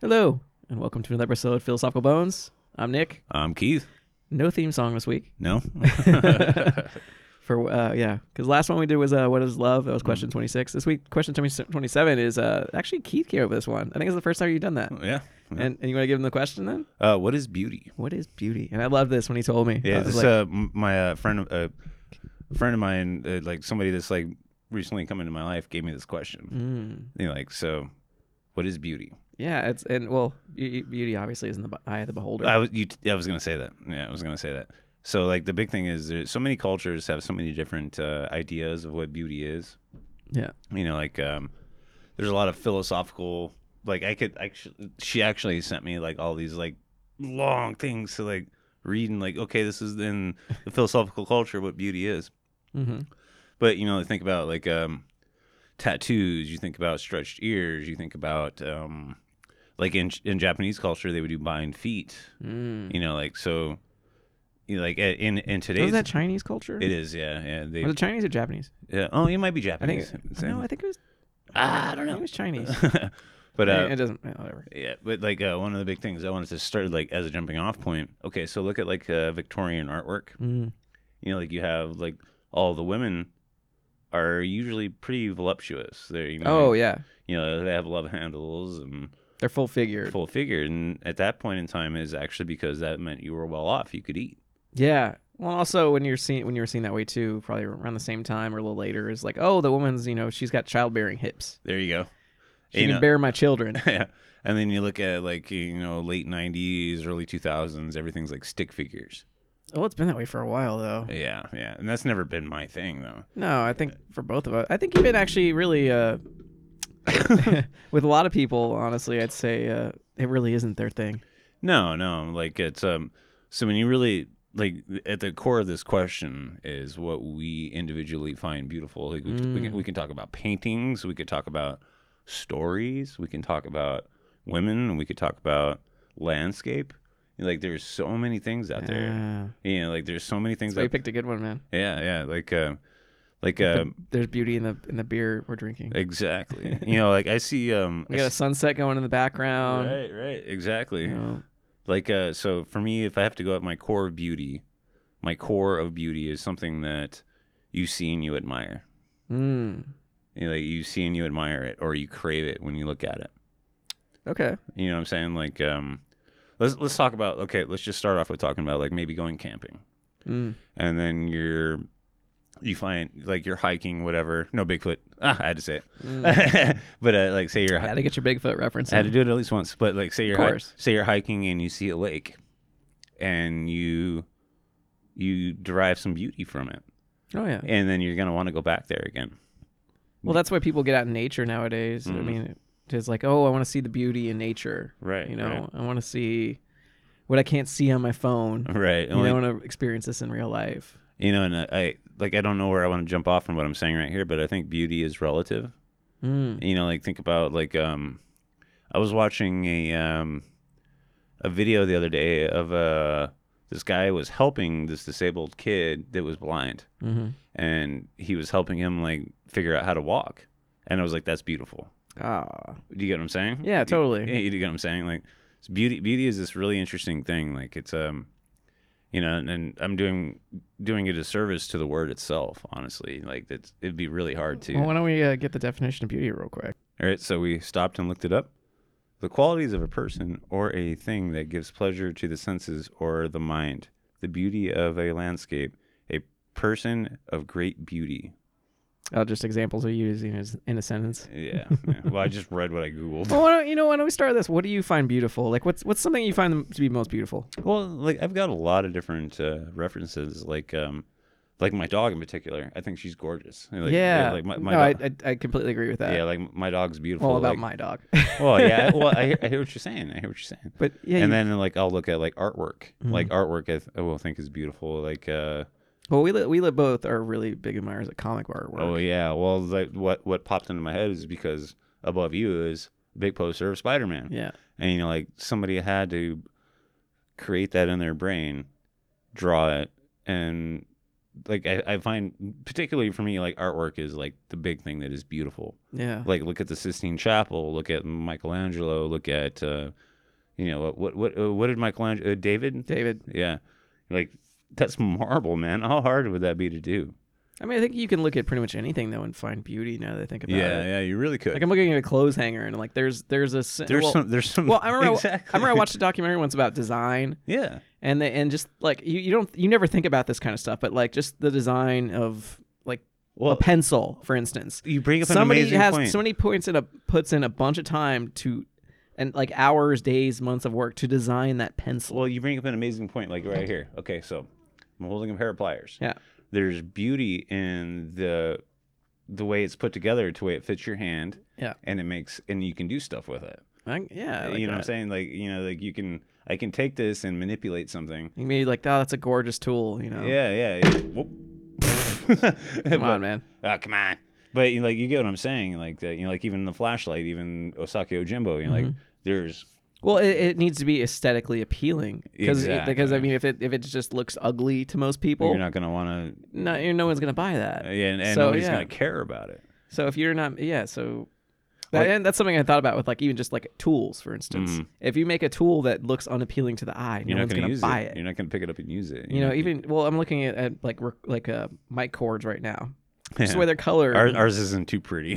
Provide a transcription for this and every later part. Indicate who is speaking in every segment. Speaker 1: Hello, and welcome to another episode of Philosophical Bones. I'm Nick.
Speaker 2: I'm Um, Keith.
Speaker 1: No theme song this week.
Speaker 2: No.
Speaker 1: For uh, yeah, because last one we did was uh, what is love? That
Speaker 2: Hmm.
Speaker 1: was question twenty six. This week, question 20 twenty-seven is uh, actually Keith came up with this one. I think it's the first time you've done that.
Speaker 2: yeah.
Speaker 1: And, and you want to give him the question then?
Speaker 2: Uh, what is beauty?
Speaker 1: What is beauty? And I love this when he told me. I
Speaker 2: Yeah,
Speaker 1: was
Speaker 2: this
Speaker 1: like,
Speaker 2: uh, m- my uh, friend, uh, friend of mine, uh, like somebody that's like recently come into my life, gave me this question.
Speaker 1: mm.
Speaker 2: You know, like, so, what is beauty?
Speaker 1: yeah, it's and well, be- beauty obviously is in the be- eye of the beholder.
Speaker 2: I was, you, I was gonna say that. Yeah, I was gonna say that. So, like, the big thing is, there's so many cultures have so many different uh, ideas of what beauty is.
Speaker 1: yeah,
Speaker 2: you know like um there's a lot of philosophical like i could actually she actually sent me like all these like long things to like read and like okay this is in the philosophical culture what beauty is
Speaker 1: mm-hmm.
Speaker 2: but you know think about like um tattoos you think about stretched ears you think about um like in in japanese culture they would do bind feet
Speaker 1: mm.
Speaker 2: Mm-hmm. you know like so you know, like a- in in
Speaker 1: was
Speaker 2: today's
Speaker 1: that Chinese culture?
Speaker 2: it is yeah yeah they
Speaker 1: Was it Chinese or Japanese?
Speaker 2: yeah. oh it might be
Speaker 1: I think.
Speaker 2: japanese
Speaker 1: No, I think it was.
Speaker 2: Ah, I don't
Speaker 1: I think it was Chinese.
Speaker 2: know but
Speaker 1: I
Speaker 2: uh
Speaker 1: mean, it doesn't. yeah, Whatever.
Speaker 2: Yeah, but like uh, one of the big things I wanted to start like as a jumping off point. Okay, so look at like uh, Victorian artwork.
Speaker 1: Mm.
Speaker 2: You know, like you have like all the women are usually pretty voluptuous. They're you know,
Speaker 1: Oh yeah,
Speaker 2: you know they have love handles and
Speaker 1: they're full figured.
Speaker 2: full figure. And at that point in time is actually because that meant you were well off. You could eat.
Speaker 1: Yeah. Well, also when you're seeing when you were seeing that way too, probably around the same time or a little later, is like, oh, the woman's you know she's got childbearing hips.
Speaker 2: There you go.
Speaker 1: She
Speaker 2: You
Speaker 1: can
Speaker 2: know-
Speaker 1: bear my children.
Speaker 2: yeah. And then you look at like you know late '90s, early 2000s. Everything's like stick figures.
Speaker 1: oh, it's been that way for a while though.
Speaker 2: Yeah, yeah. And that's never been my thing though.
Speaker 1: No, I think for both of us, I think even actually really uh, with a lot of people, honestly, I'd say uh, it really isn't their thing.
Speaker 2: No, no. Like it's um. So when you really like at the core of this question is what we individually find beautiful. Like we, we, can, we can talk about paintings. We could talk about stories. We can talk about women. and We could talk about landscape. Like there's so many things out there.
Speaker 1: Yeah.
Speaker 2: You know, like there's so many things.
Speaker 1: So you
Speaker 2: Out,
Speaker 1: picked a good one, man.
Speaker 2: yeah, yeah. Like uh, like uh,
Speaker 1: There's beauty in the in the beer we're drinking.
Speaker 2: exactly. you know, like I see um.
Speaker 1: We
Speaker 2: I
Speaker 1: got a
Speaker 2: s-
Speaker 1: sunset going in the background.
Speaker 2: right, right, exactly.
Speaker 1: You know,
Speaker 2: like uh so for me if i have to go at my core of beauty my core of beauty is something that you see and you admire
Speaker 1: Mm.
Speaker 2: you know, like you see and you admire it or you crave it when you look at it
Speaker 1: Okay.
Speaker 2: you know what i'm saying like um let's let's talk about okay let's just start off with talking about like maybe going camping
Speaker 1: Mm.
Speaker 2: and then you're you find like you're hiking whatever no bigfoot ah, i had to say
Speaker 1: Mm.
Speaker 2: it but uh, like say you're
Speaker 1: Had to get your Bigfoot reference.
Speaker 2: I had
Speaker 1: in.
Speaker 2: to do it at least once. But like, say you're hi-
Speaker 1: course.
Speaker 2: say you're hiking and you see a lake, and you you derive some beauty from it,
Speaker 1: Oh yeah.
Speaker 2: and then you're gonna want to go back there again.
Speaker 1: Well, that's why people get out in nature nowadays. I
Speaker 2: Mhm.
Speaker 1: mean, it's like, oh, I want to see the beauty in nature.
Speaker 2: Right.
Speaker 1: You know, I want to see what I can't see on my phone.
Speaker 2: Right. right.
Speaker 1: You
Speaker 2: And, like,
Speaker 1: know, I want to experience this in real life.
Speaker 2: and I, I like I don't know where I want to jump off from what I'm saying right here, but I think beauty is relative.
Speaker 1: Mm.
Speaker 2: You know, like think about like um, I was watching a um, a video the other day of uh this guy was helping this disabled kid that was blind.
Speaker 1: hmm
Speaker 2: and he was helping him like figure out how to walk. And I was like, that's beautiful.
Speaker 1: Ah.
Speaker 2: Do you get what I'm saying?
Speaker 1: Yeah,
Speaker 2: You-
Speaker 1: totally.
Speaker 2: Yeah, you get what I'm saying? Like it's beauty beauty is this really interesting thing. Like it's um you know, and, and I'm doing doing a disservice to the word itself, honestly. Like that's it'd be really hard to
Speaker 1: Well, why don't we uh, get the definition of beauty real quick?
Speaker 2: all right, so we stopped and looked it up. The qualities of a person or a thing that gives pleasure to the senses or the mind. The beauty of a landscape. A person of great beauty.
Speaker 1: Oh, just examples of using as in a sentence.
Speaker 2: Yeah, yeah. Well, I just read what I googled.
Speaker 1: Well, why don't you know? Why don't we start with this? What do you find beautiful? Like, what's what's something you find to be most beautiful?
Speaker 2: Well, like I've got a lot of different uh, references, like um, like my dog in particular. I think she's gorgeous. Like,
Speaker 1: yeah.
Speaker 2: like my, my
Speaker 1: no, I,
Speaker 2: dog,
Speaker 1: I I completely agree with that.
Speaker 2: yeah, like my dog's beautiful.
Speaker 1: All about
Speaker 2: like,
Speaker 1: my dog.
Speaker 2: Well, yeah. Well, I, I hear what you're saying. I hear what you're saying.
Speaker 1: But yeah, you- Mm-hmm.
Speaker 2: and then like I'll look at like artwork. Like artwork, I, th- I will think is beautiful. Like uh,
Speaker 1: Well, we li- we li- both are really big admirers of comic art work.
Speaker 2: oh yeah. Well, like what what popped into my head is because above you is a big poster of Spider Man.
Speaker 1: yeah.
Speaker 2: and you know like somebody had to create that in their brain draw it and like I, I find particularly for me like artwork is like the big thing that is beautiful
Speaker 1: Yeah.
Speaker 2: like look at the Sistine Chapel, look at Michelangelo, look at uh, you know what what uh, what did Michelangelo uh, David?
Speaker 1: David.
Speaker 2: Yeah, like that's marble, man. How hard would that be to do?
Speaker 1: I mean, I think you can look at pretty much anything though and find beauty now that I
Speaker 2: Uh,
Speaker 1: think about it.
Speaker 2: yeah, you really could.
Speaker 1: Like I'm looking at a clothes hanger and like there's there's a s-
Speaker 2: there's
Speaker 1: well,
Speaker 2: some there's some.
Speaker 1: well, I remember
Speaker 2: exactly.
Speaker 1: I remember I watched a documentary once about design
Speaker 2: Yeah,
Speaker 1: and the, and just like you, you don't you never think about this kind of stuff, but like just the design of like a
Speaker 2: well,
Speaker 1: pencil, for instance.
Speaker 2: you bring up an
Speaker 1: Somebody
Speaker 2: amazing
Speaker 1: has
Speaker 2: point.
Speaker 1: somebody puts in a puts in a bunch of time to and like hours, days, months of work to design that pencil.
Speaker 2: Well, you bring up an amazing point, like right here. Okay, so I'm holding a pair of pliers.
Speaker 1: Yeah.
Speaker 2: There's beauty in the the way it's put together to way it fits your hand.
Speaker 1: Yeah.
Speaker 2: And it makes and you can do stuff with it.
Speaker 1: I- yeah, I like
Speaker 2: you know what I'm
Speaker 1: that.
Speaker 2: saying? Like, you know, like you can, I can take this and manipulate something.
Speaker 1: You can be like, oh, that's a gorgeous tool, you know.
Speaker 2: Yeah, yeah. yeah. Whoop.
Speaker 1: Oh. Come on, man.
Speaker 2: Oh, come on. But you know, like, you get what I'm saying? Like that, you know, like even the flashlight, even Osaki Ojimbo, you know,
Speaker 1: Mm-hmm.
Speaker 2: like there's,
Speaker 1: Well, it, it needs to be aesthetically appealing because because I
Speaker 2: Exactly.
Speaker 1: mean, if it if it just looks ugly to most people,
Speaker 2: you're not gonna want
Speaker 1: no, you're- no one's gonna buy that.
Speaker 2: to, yeah, and, and
Speaker 1: So,
Speaker 2: nobody's
Speaker 1: yeah.
Speaker 2: gonna care about it.
Speaker 1: So if you're not, yeah, so. That,
Speaker 2: Like-
Speaker 1: and that's something I thought about with like even just like tools, for instance.
Speaker 2: Mm.
Speaker 1: If you make a tool that looks unappealing to the eye,
Speaker 2: You're
Speaker 1: no one's
Speaker 2: not gonna,
Speaker 1: gonna
Speaker 2: use
Speaker 1: buy
Speaker 2: it.
Speaker 1: it.
Speaker 2: You're not gonna pick it up and use it.
Speaker 1: You know, even well, I'm looking at, at like rec- like uh, mic cords right now,
Speaker 2: Yeah.
Speaker 1: just the way they're colored.
Speaker 2: ours, ours isn't too pretty.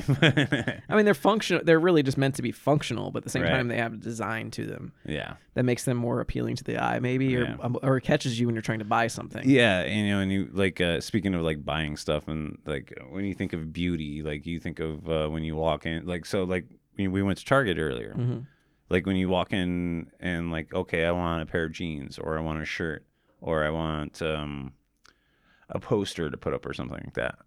Speaker 1: I mean, they're functional. They're really just meant to be functional, but at the same
Speaker 2: Right.
Speaker 1: time, they have a design to them.
Speaker 2: yeah.
Speaker 1: that makes them more appealing to the eye, maybe, or
Speaker 2: Yeah.
Speaker 1: um, or catches you when you're trying to buy something.
Speaker 2: Yeah, and, you know, and you like uh, speaking of like buying stuff and like when you think of beauty, like you think of uh, when you walk in, like so, like we we went to Target earlier.
Speaker 1: Mhm.
Speaker 2: Like when you walk in and like, okay, I want a pair of jeans, or I want a shirt, or I want um, a poster to put up or something like that.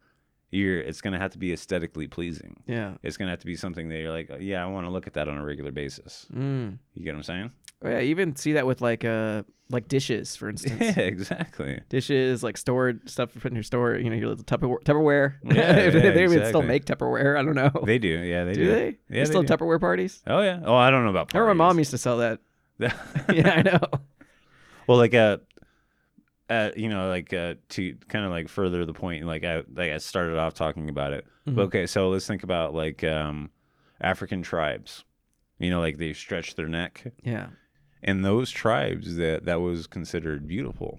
Speaker 2: You're it's gonna have to be aesthetically pleasing.
Speaker 1: Yeah.
Speaker 2: It's gonna have to be something that you're like, yeah, I want to look at that on a regular basis.
Speaker 1: Mm.
Speaker 2: You get what I'm saying?
Speaker 1: Oh, yeah. You even see that with like uh like dishes, for instance.
Speaker 2: Yeah, exactly.
Speaker 1: Dishes like stored stuff for putting your store, you know, your little Tupperware. Tupperware.
Speaker 2: Yeah,
Speaker 1: if they,
Speaker 2: yeah,
Speaker 1: they even still
Speaker 2: exactly.
Speaker 1: make Tupperware. I don't know.
Speaker 2: They do, yeah, they
Speaker 1: do,
Speaker 2: do.
Speaker 1: they?
Speaker 2: Yeah,
Speaker 1: They
Speaker 2: they
Speaker 1: still
Speaker 2: do.
Speaker 1: Tupperware parties.
Speaker 2: Oh yeah. Oh, I don't know about.
Speaker 1: I remember my mom used
Speaker 2: parties.
Speaker 1: to sell that. yeah, I know.
Speaker 2: Well, like uh, uh, you know, like uh, to kind of like further the point, like I like I started off talking about it.
Speaker 1: Mhm.
Speaker 2: But okay, so let's think about like um, African tribes. You know, like they stretch their neck,
Speaker 1: Yeah.
Speaker 2: and those tribes that that was considered beautiful.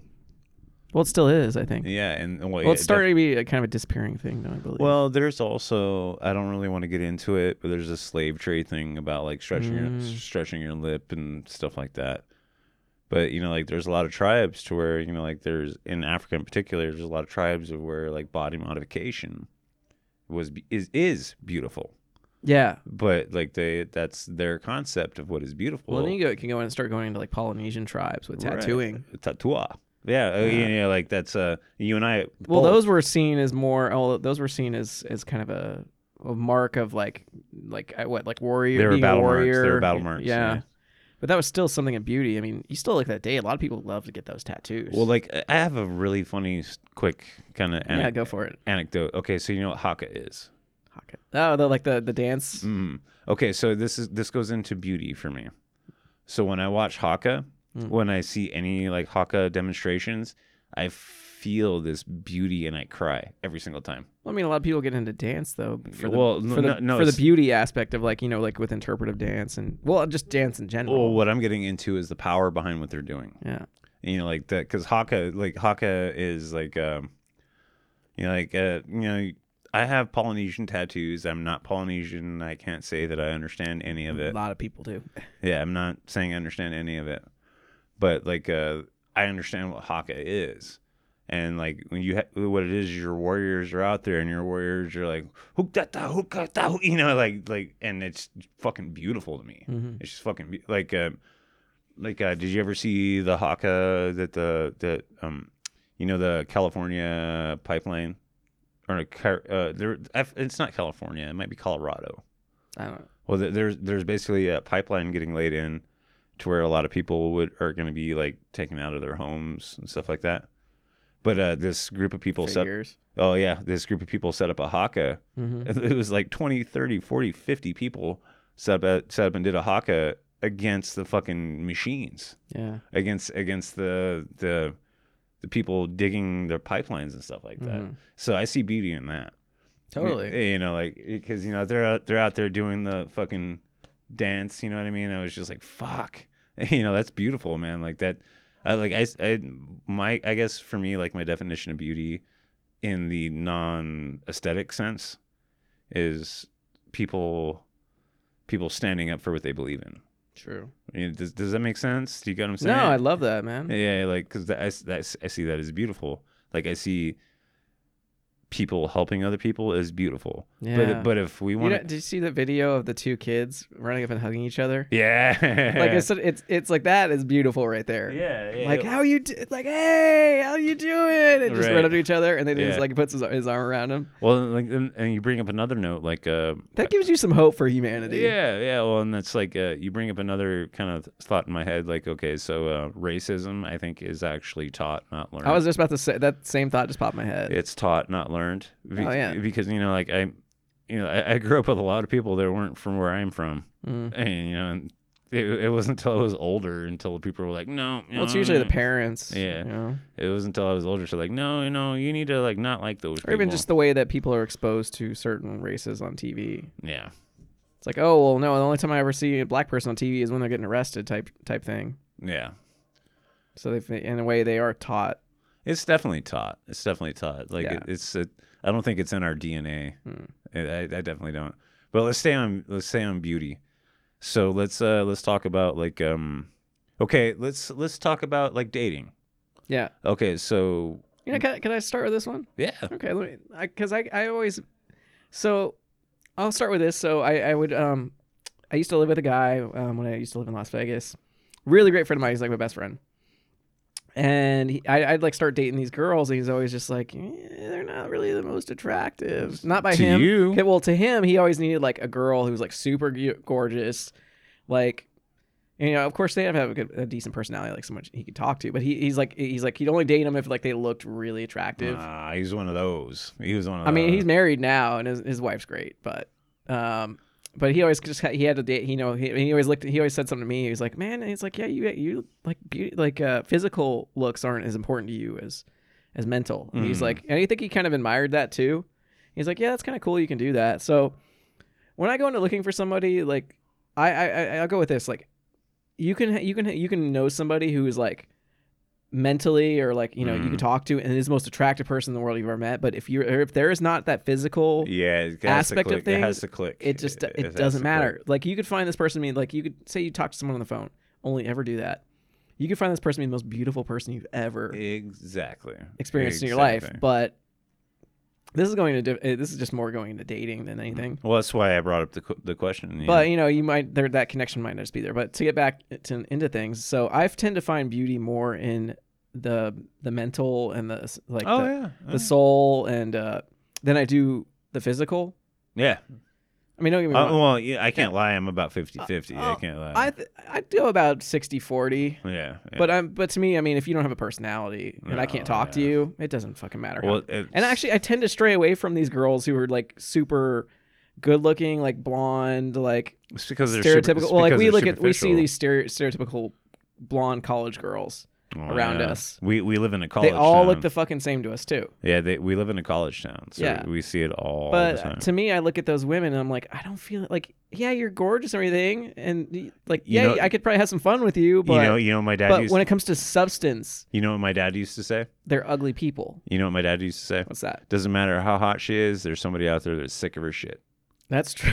Speaker 1: Well, it still is, I think.
Speaker 2: Yeah, and well,
Speaker 1: Well,
Speaker 2: yeah,
Speaker 1: it's starting to be a kind of a disappearing thing, though. I believe.
Speaker 2: def- Well, there's also I don't really want to get into it, but there's a slave trade thing about like stretching your,
Speaker 1: Mm.
Speaker 2: stretching your lip and stuff like that. But you know, like there's a lot of tribes to where you know, like there's in Africa in particular, there's a lot of tribes of where like body modification was be- is is beautiful,
Speaker 1: yeah.
Speaker 2: but like they that's their concept of what is beautiful.
Speaker 1: Well, then you go, can go and start going into like Polynesian tribes with
Speaker 2: Right.
Speaker 1: tattooing.
Speaker 2: Tatua. Yeah, oh,
Speaker 1: Yeah.
Speaker 2: yeah, yeah, like that's uh, you and I.
Speaker 1: Well,
Speaker 2: both-
Speaker 1: those were seen as more. Oh, those were seen as as kind of a, a mark of like like I- what like warrior.
Speaker 2: They were
Speaker 1: being a
Speaker 2: battle marks. They
Speaker 1: warrior.
Speaker 2: were battle marks,
Speaker 1: Yeah.
Speaker 2: yeah.
Speaker 1: But that was still something of beauty. I mean, you still look that day. A lot of people love to get those tattoos.
Speaker 2: Well, like I have a really funny, s- quick kind of
Speaker 1: yeah, go for it.
Speaker 2: anecdote. Okay, so you know what haka is.
Speaker 1: Hawk it. Oh, the like the the dance.
Speaker 2: Mm. Okay, so this is this goes into beauty for me. So when I watch haka,
Speaker 1: Mm.
Speaker 2: when I see any like haka demonstrations, I feel this beauty and I cry every single time.
Speaker 1: Well, I mean, a lot of people get into dance though for the
Speaker 2: Well, no-
Speaker 1: for the,
Speaker 2: no- no,
Speaker 1: for the
Speaker 2: it's-
Speaker 1: beauty aspect of like you know like with interpretive dance and well just dance in general.
Speaker 2: Well, what I'm getting into is the power behind what they're doing.
Speaker 1: yeah.
Speaker 2: You know, like that because haka, like haka is like, um, you know, like uh, you know. I have Polynesian tattoos. I'm not Polynesian. I can't say that I understand any of
Speaker 1: A
Speaker 2: it.
Speaker 1: lot of people do.
Speaker 2: Yeah, I'm not saying I understand any of it, but like uh, I understand what haka is, and like when you ha- what it is, your warriors are out there, and your warriors are like hookata hookata, you know, like like, and it's fucking beautiful to me.
Speaker 1: hmm
Speaker 2: It's just fucking be- like uh, like uh, did you ever see the haka that the the um you know the California pipeline or no, Car- uh, there I've- it's not California, it might be Colorado.
Speaker 1: I don't. know.
Speaker 2: Well, there- there's there's basically a pipeline getting laid in to where a lot of people would are going to be like taken out of their homes and stuff like that. But uh, this group of people set
Speaker 1: Figures.
Speaker 2: oh yeah, this group of people set up a haka.
Speaker 1: Mm-hmm.
Speaker 2: It was like 20, 30, 40, 50 people set up set up and did a haka against the fucking machines,
Speaker 1: Yeah.
Speaker 2: against against the the the people digging their pipelines and stuff like that.
Speaker 1: Mhm.
Speaker 2: So I see beauty in that.
Speaker 1: Totally.
Speaker 2: eh, You know, like because you know they're out they're out there doing the fucking dance. You know what I mean? I was just like, fuck. You know, that's beautiful, man. Like that. I like I, I my I guess for me like my definition of beauty in the non aesthetic sense is people people standing up for what they believe in.
Speaker 1: True.
Speaker 2: You know, does does that make sense? Do you get what I'm
Speaker 1: No,
Speaker 2: saying?
Speaker 1: I love that, man.
Speaker 2: Yeah, like because I, s- that s- I see that as beautiful. Like I see people helping other people is beautiful.
Speaker 1: Yeah.
Speaker 2: But but if we
Speaker 1: You
Speaker 2: want
Speaker 1: know,
Speaker 2: to,
Speaker 1: did you see the video of the two kids running up and hugging each other?
Speaker 2: yeah,
Speaker 1: Like it's it's it's like that is beautiful right there.
Speaker 2: yeah, yeah,
Speaker 1: Like how you do, it's like hey how you doing and just
Speaker 2: Right.
Speaker 1: run up to each other and then he just
Speaker 2: Yeah.
Speaker 1: like puts his, his arm around him.
Speaker 2: well, like and, and you bring up another note, like uh,
Speaker 1: That gives you some hope for humanity.
Speaker 2: yeah, yeah. Well, and that's like uh, you bring up another kind of thought in my head, like okay, so uh, racism, I think, is actually taught, not learned.
Speaker 1: I was just about to say that same thought just popped in my head.
Speaker 2: it's taught, not learned. Be-
Speaker 1: Oh, yeah.
Speaker 2: because you know, like I, you know, I, I grew up with a lot of people that weren't from where I'm from.
Speaker 1: Mm.
Speaker 2: and you know, and it, it wasn't until I was older until people were like, no.
Speaker 1: Well, it's usually the
Speaker 2: parents.
Speaker 1: parents.
Speaker 2: Mm. Yeah.
Speaker 1: you know?
Speaker 2: It was until I was older, so like, no, you know, you need to like not like those.
Speaker 1: or even
Speaker 2: people."
Speaker 1: just the way that people are exposed to certain races on TV.
Speaker 2: yeah,
Speaker 1: It's like, oh well, no, the only time I ever see a black person on TV is when they're getting arrested, type type thing.
Speaker 2: yeah.
Speaker 1: So they, in a way, they are taught.
Speaker 2: It's definitely taught. It's definitely taught. Like
Speaker 1: Yeah.
Speaker 2: it, it's, it, I don't think it's in our DNA.
Speaker 1: Hmm.
Speaker 2: I, I I definitely don't. But let's stay on. Let's stay on beauty. So let's uh let's talk about like um, okay, let's let's talk about like dating.
Speaker 1: Yeah.
Speaker 2: Okay, so
Speaker 1: You know, can, I- can I start with this one?
Speaker 2: yeah,
Speaker 1: Okay, let me, because I, I always, so, I'll start with this. So I, I would um, I used to live with a guy um, when I used to live in Las Vegas. Really great friend of mine. He's like my best friend. And he, I, I'd like start dating these girls, and he's always just like, "Eh, they're not really the most attractive. Not by
Speaker 2: To
Speaker 1: him.
Speaker 2: you.
Speaker 1: Okay, well, to him, he always needed like a girl who was like super gu- gorgeous, like. You know, of course, they have to have a, good, a decent personality, like someone he could talk to. But he, he's like, he's like, he'd only date him if like they looked really attractive.
Speaker 2: Ah, he's one of those. He was one of.
Speaker 1: I mean,
Speaker 2: those.
Speaker 1: he's married now, and his, his wife's great, but um, but he always just had- he had to date. You know, he, he always looked. He always said something to me. He was like, "Man," and he's like, "Yeah, you you like beauty, like uh, physical looks aren't as important to you as as mental." And He's
Speaker 2: Mm.
Speaker 1: like, and I think he kind of admired that too. He's like, "Yeah, that's kind of cool. You can do that." So when I go into looking for somebody, like I I I- I'll go with this. Like you can you can you can know somebody who is like mentally or like you know you
Speaker 2: Mhm.
Speaker 1: can talk to and is the most attractive person in the world you've ever met but if you're or if there is not that physical
Speaker 2: yeah it has to
Speaker 1: aspect of
Speaker 2: click. It
Speaker 1: things,
Speaker 2: has to click.
Speaker 1: it just it,
Speaker 2: has
Speaker 1: doesn't
Speaker 2: to click.
Speaker 1: matter like you could find this person I mean like you could say you talk to someone on the phone only ever do that you could find this person to be the most beautiful person you've ever
Speaker 2: Exactly.
Speaker 1: experienced in your life
Speaker 2: E-, Exactly.
Speaker 1: but this is going to diff- eh, this is just more going into dating
Speaker 2: Mm-hmm.
Speaker 1: than anything
Speaker 2: Well, that's why I brought up the qu- the question. you
Speaker 1: But you know, you might there that connection might not just be there. But to get back to into things, so I tend to find beauty more in the the mental and the like
Speaker 2: know. oh
Speaker 1: the,
Speaker 2: yeah,
Speaker 1: the soul and uh than I do the physical.
Speaker 2: yeah.
Speaker 1: I mean, don't get me
Speaker 2: Uh,
Speaker 1: wrong.
Speaker 2: well, yeah, I can't lie. I'm about 50-50. I
Speaker 1: uh,
Speaker 2: can't lie.
Speaker 1: I th- I do about 60-40.
Speaker 2: yeah, yeah.
Speaker 1: But I'm but to me, I mean, if you don't have a personality and I can't
Speaker 2: No,
Speaker 1: talk to
Speaker 2: yeah.
Speaker 1: you, it doesn't fucking matter. how-
Speaker 2: well, it's-
Speaker 1: and actually, I tend to stray away from these girls who are like super good looking, like blonde, like
Speaker 2: it's because they're super-
Speaker 1: stereotypical.
Speaker 2: it's
Speaker 1: Well, like
Speaker 2: because
Speaker 1: we
Speaker 2: they're
Speaker 1: look at we see
Speaker 2: superficial.
Speaker 1: these stere- stereotypical blonde college girls.
Speaker 2: Oh,
Speaker 1: around us.
Speaker 2: We we live in a college.
Speaker 1: they all look
Speaker 2: town.
Speaker 1: the fucking same to us too.
Speaker 2: yeah. They, we live in a college town, so
Speaker 1: Yeah.
Speaker 2: we see it all the time.
Speaker 1: But to me, I look at those women and I'm like, I don't feel like yeah, you're gorgeous and everything, and y- like
Speaker 2: You
Speaker 1: yeah,
Speaker 2: know-
Speaker 1: I could probably have some fun with you, but
Speaker 2: you know, you know, what my dad.
Speaker 1: but
Speaker 2: used,
Speaker 1: when it comes to substance,
Speaker 2: you know what my dad used to say.
Speaker 1: they're ugly people.
Speaker 2: You know what my dad used to say.
Speaker 1: What's that?
Speaker 2: Doesn't matter how hot she is. There's somebody out there that's sick of her shit.
Speaker 1: That's true.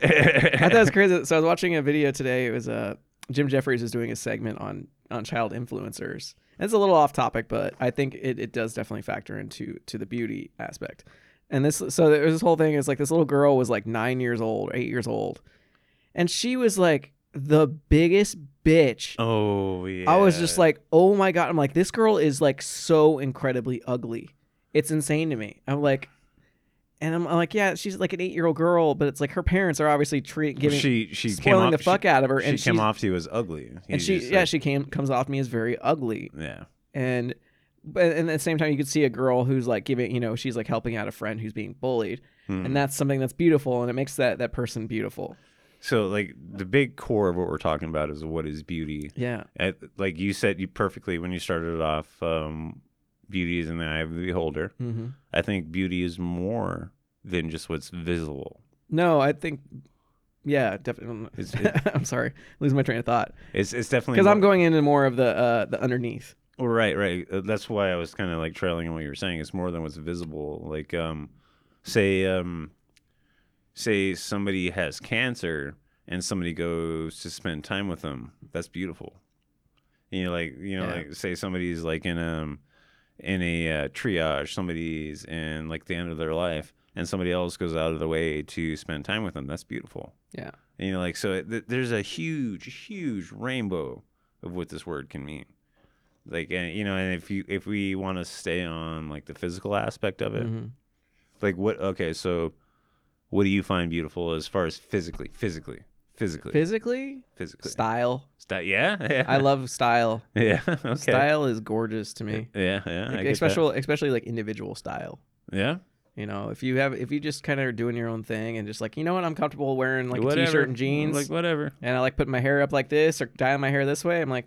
Speaker 1: I thought it was crazy. So I was watching a video today. It was uh, Jim Jeffries was doing a segment on on child influencers. And it's a little off topic, but I think it, it does definitely factor into to the beauty aspect. And this so there was this whole thing is like this little girl was like nine years old, eight years old, and she was like the biggest bitch.
Speaker 2: oh yeah.
Speaker 1: I was just like, oh my god! I'm like, this girl is like so incredibly ugly. It's insane to me. I'm like. And I'm I'm like, yeah, she's like an eight-year-old girl, but it's like her parents are obviously treat, giving
Speaker 2: she she came
Speaker 1: spoiling
Speaker 2: off,
Speaker 1: the fuck out of her,
Speaker 2: She,
Speaker 1: and
Speaker 2: she came
Speaker 1: she's-
Speaker 2: off to you as ugly.
Speaker 1: and
Speaker 2: He's
Speaker 1: she
Speaker 2: just
Speaker 1: yeah
Speaker 2: like-
Speaker 1: she came comes off to me as very ugly
Speaker 2: yeah.
Speaker 1: and but and at the same time you could see a girl who's like giving you know she's like helping out a friend who's being bullied
Speaker 2: Hmm.
Speaker 1: and that's something that's beautiful and it makes that that person beautiful
Speaker 2: so like the big core of what we're talking about is what is beauty.
Speaker 1: Yeah.
Speaker 2: At, like you said, you perfectly when you started it off. Um, beauty is in the eye of the beholder.
Speaker 1: Mm-hmm.
Speaker 2: I think beauty is more than just what's visible.
Speaker 1: No, I think, yeah, definitely.
Speaker 2: It's- it-
Speaker 1: I'm sorry, losing my train of thought
Speaker 2: It's it's definitely
Speaker 1: because I'm
Speaker 2: more-
Speaker 1: going into more of the uh, the underneath.
Speaker 2: Oh, Right, right. Uh, That's why I was kind of like trailing on what you were saying. It's more than what's visible. Like, um, say, um, say somebody has cancer and somebody goes to spend time with them. That's beautiful. You know, like you know,
Speaker 1: Yeah.
Speaker 2: like say somebody's like in um in a uh, triage. Somebody's in like the end of their life, and somebody else goes out of the way to spend time with them. That's beautiful.
Speaker 1: Yeah.
Speaker 2: You know, like so. It, th- there's a huge, huge rainbow of what this word can mean. Like, and, you know, and if you if we want to stay on like the physical aspect of it,
Speaker 1: Mhm.
Speaker 2: like what? Okay, so what do you find beautiful as far as physically, physically, physically,
Speaker 1: Physically,
Speaker 2: physically?
Speaker 1: style.
Speaker 2: Sti- yeah, yeah.
Speaker 1: I love style.
Speaker 2: Yeah. Okay.
Speaker 1: Style is gorgeous to me,
Speaker 2: Yeah, yeah. I
Speaker 1: like,
Speaker 2: get
Speaker 1: especially especially like individual style.
Speaker 2: that. Yeah.
Speaker 1: You know, if you have if you just kind of are doing your own thing and just like you know what I'm comfortable wearing like a
Speaker 2: whatever.
Speaker 1: t-shirt and jeans
Speaker 2: Like whatever.
Speaker 1: and I like putting my hair up like this or dyeing my hair this way. I'm like,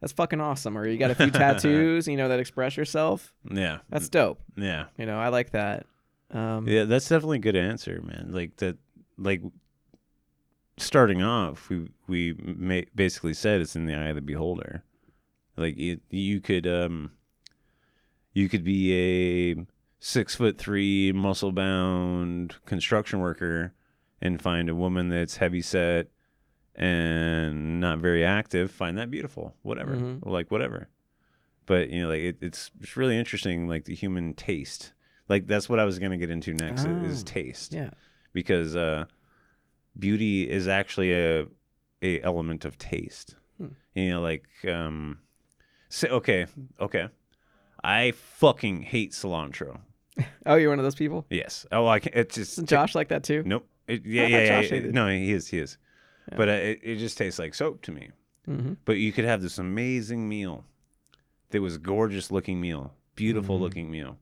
Speaker 1: that's fucking awesome. Or you got a few tattoos, you know, that express yourself.
Speaker 2: Yeah. mm,
Speaker 1: That's dope.
Speaker 2: yeah.
Speaker 1: You know, I like that. Um,
Speaker 2: Yeah, that's definitely a good answer, man. Like that, like starting off, we we ma- basically said it's in the eye of the beholder. Like it, you could um, you could be a six foot three muscle bound construction worker and find a woman that's heavy set and not very active. Find that beautiful, whatever,
Speaker 1: Mhm.
Speaker 2: like whatever. But you know, like it, it's it's really interesting, like the human taste. Like that's what I was gonna get into next i- is
Speaker 1: Oh.
Speaker 2: taste
Speaker 1: Yeah.
Speaker 2: because uh, beauty is actually a a element of taste.
Speaker 1: Hmm.
Speaker 2: You know, like um, say, okay, okay, I fucking hate cilantro.
Speaker 1: Oh, you're one of those people.
Speaker 2: Yes. Oh, I can. It's just
Speaker 1: Doesn't Josh like that too?
Speaker 2: nope. It, yeah,
Speaker 1: I thought
Speaker 2: yeah, yeah,
Speaker 1: Josh
Speaker 2: yeah.
Speaker 1: hated it.
Speaker 2: No, he is, he is.
Speaker 1: Yeah.
Speaker 2: But uh, it, it just tastes like soap to me.
Speaker 1: Mm-hmm.
Speaker 2: But you could have this amazing meal that was gorgeous looking meal, beautiful
Speaker 1: Mhm.
Speaker 2: looking meal.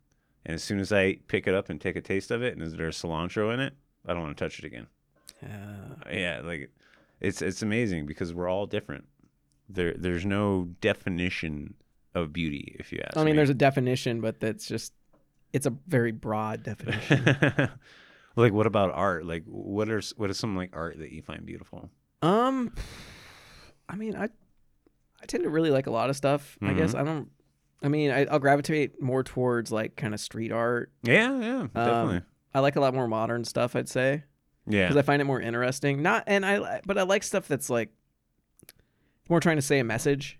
Speaker 2: And as soon as I pick it up and take a taste of it, and is there cilantro in it? I don't want to touch it again.
Speaker 1: Uh,
Speaker 2: Yeah, like it's it's amazing because we're all different. There there's no definition of beauty if you ask
Speaker 1: I mean,
Speaker 2: me.
Speaker 1: there's a definition, but that's just it's a very broad definition.
Speaker 2: like what about art? Like what are s- what is some like art that you find beautiful?
Speaker 1: Um, I mean, I I tend to really like a lot of stuff. I
Speaker 2: Mm-hmm.
Speaker 1: guess I don't. I mean, I, I'll gravitate more towards like kind of street art.
Speaker 2: Yeah, yeah,
Speaker 1: Um,
Speaker 2: definitely.
Speaker 1: I like a lot more modern stuff. I'd say
Speaker 2: Yeah.
Speaker 1: because I find it more interesting. Not and I, li- but I like stuff that's like more trying to say a message.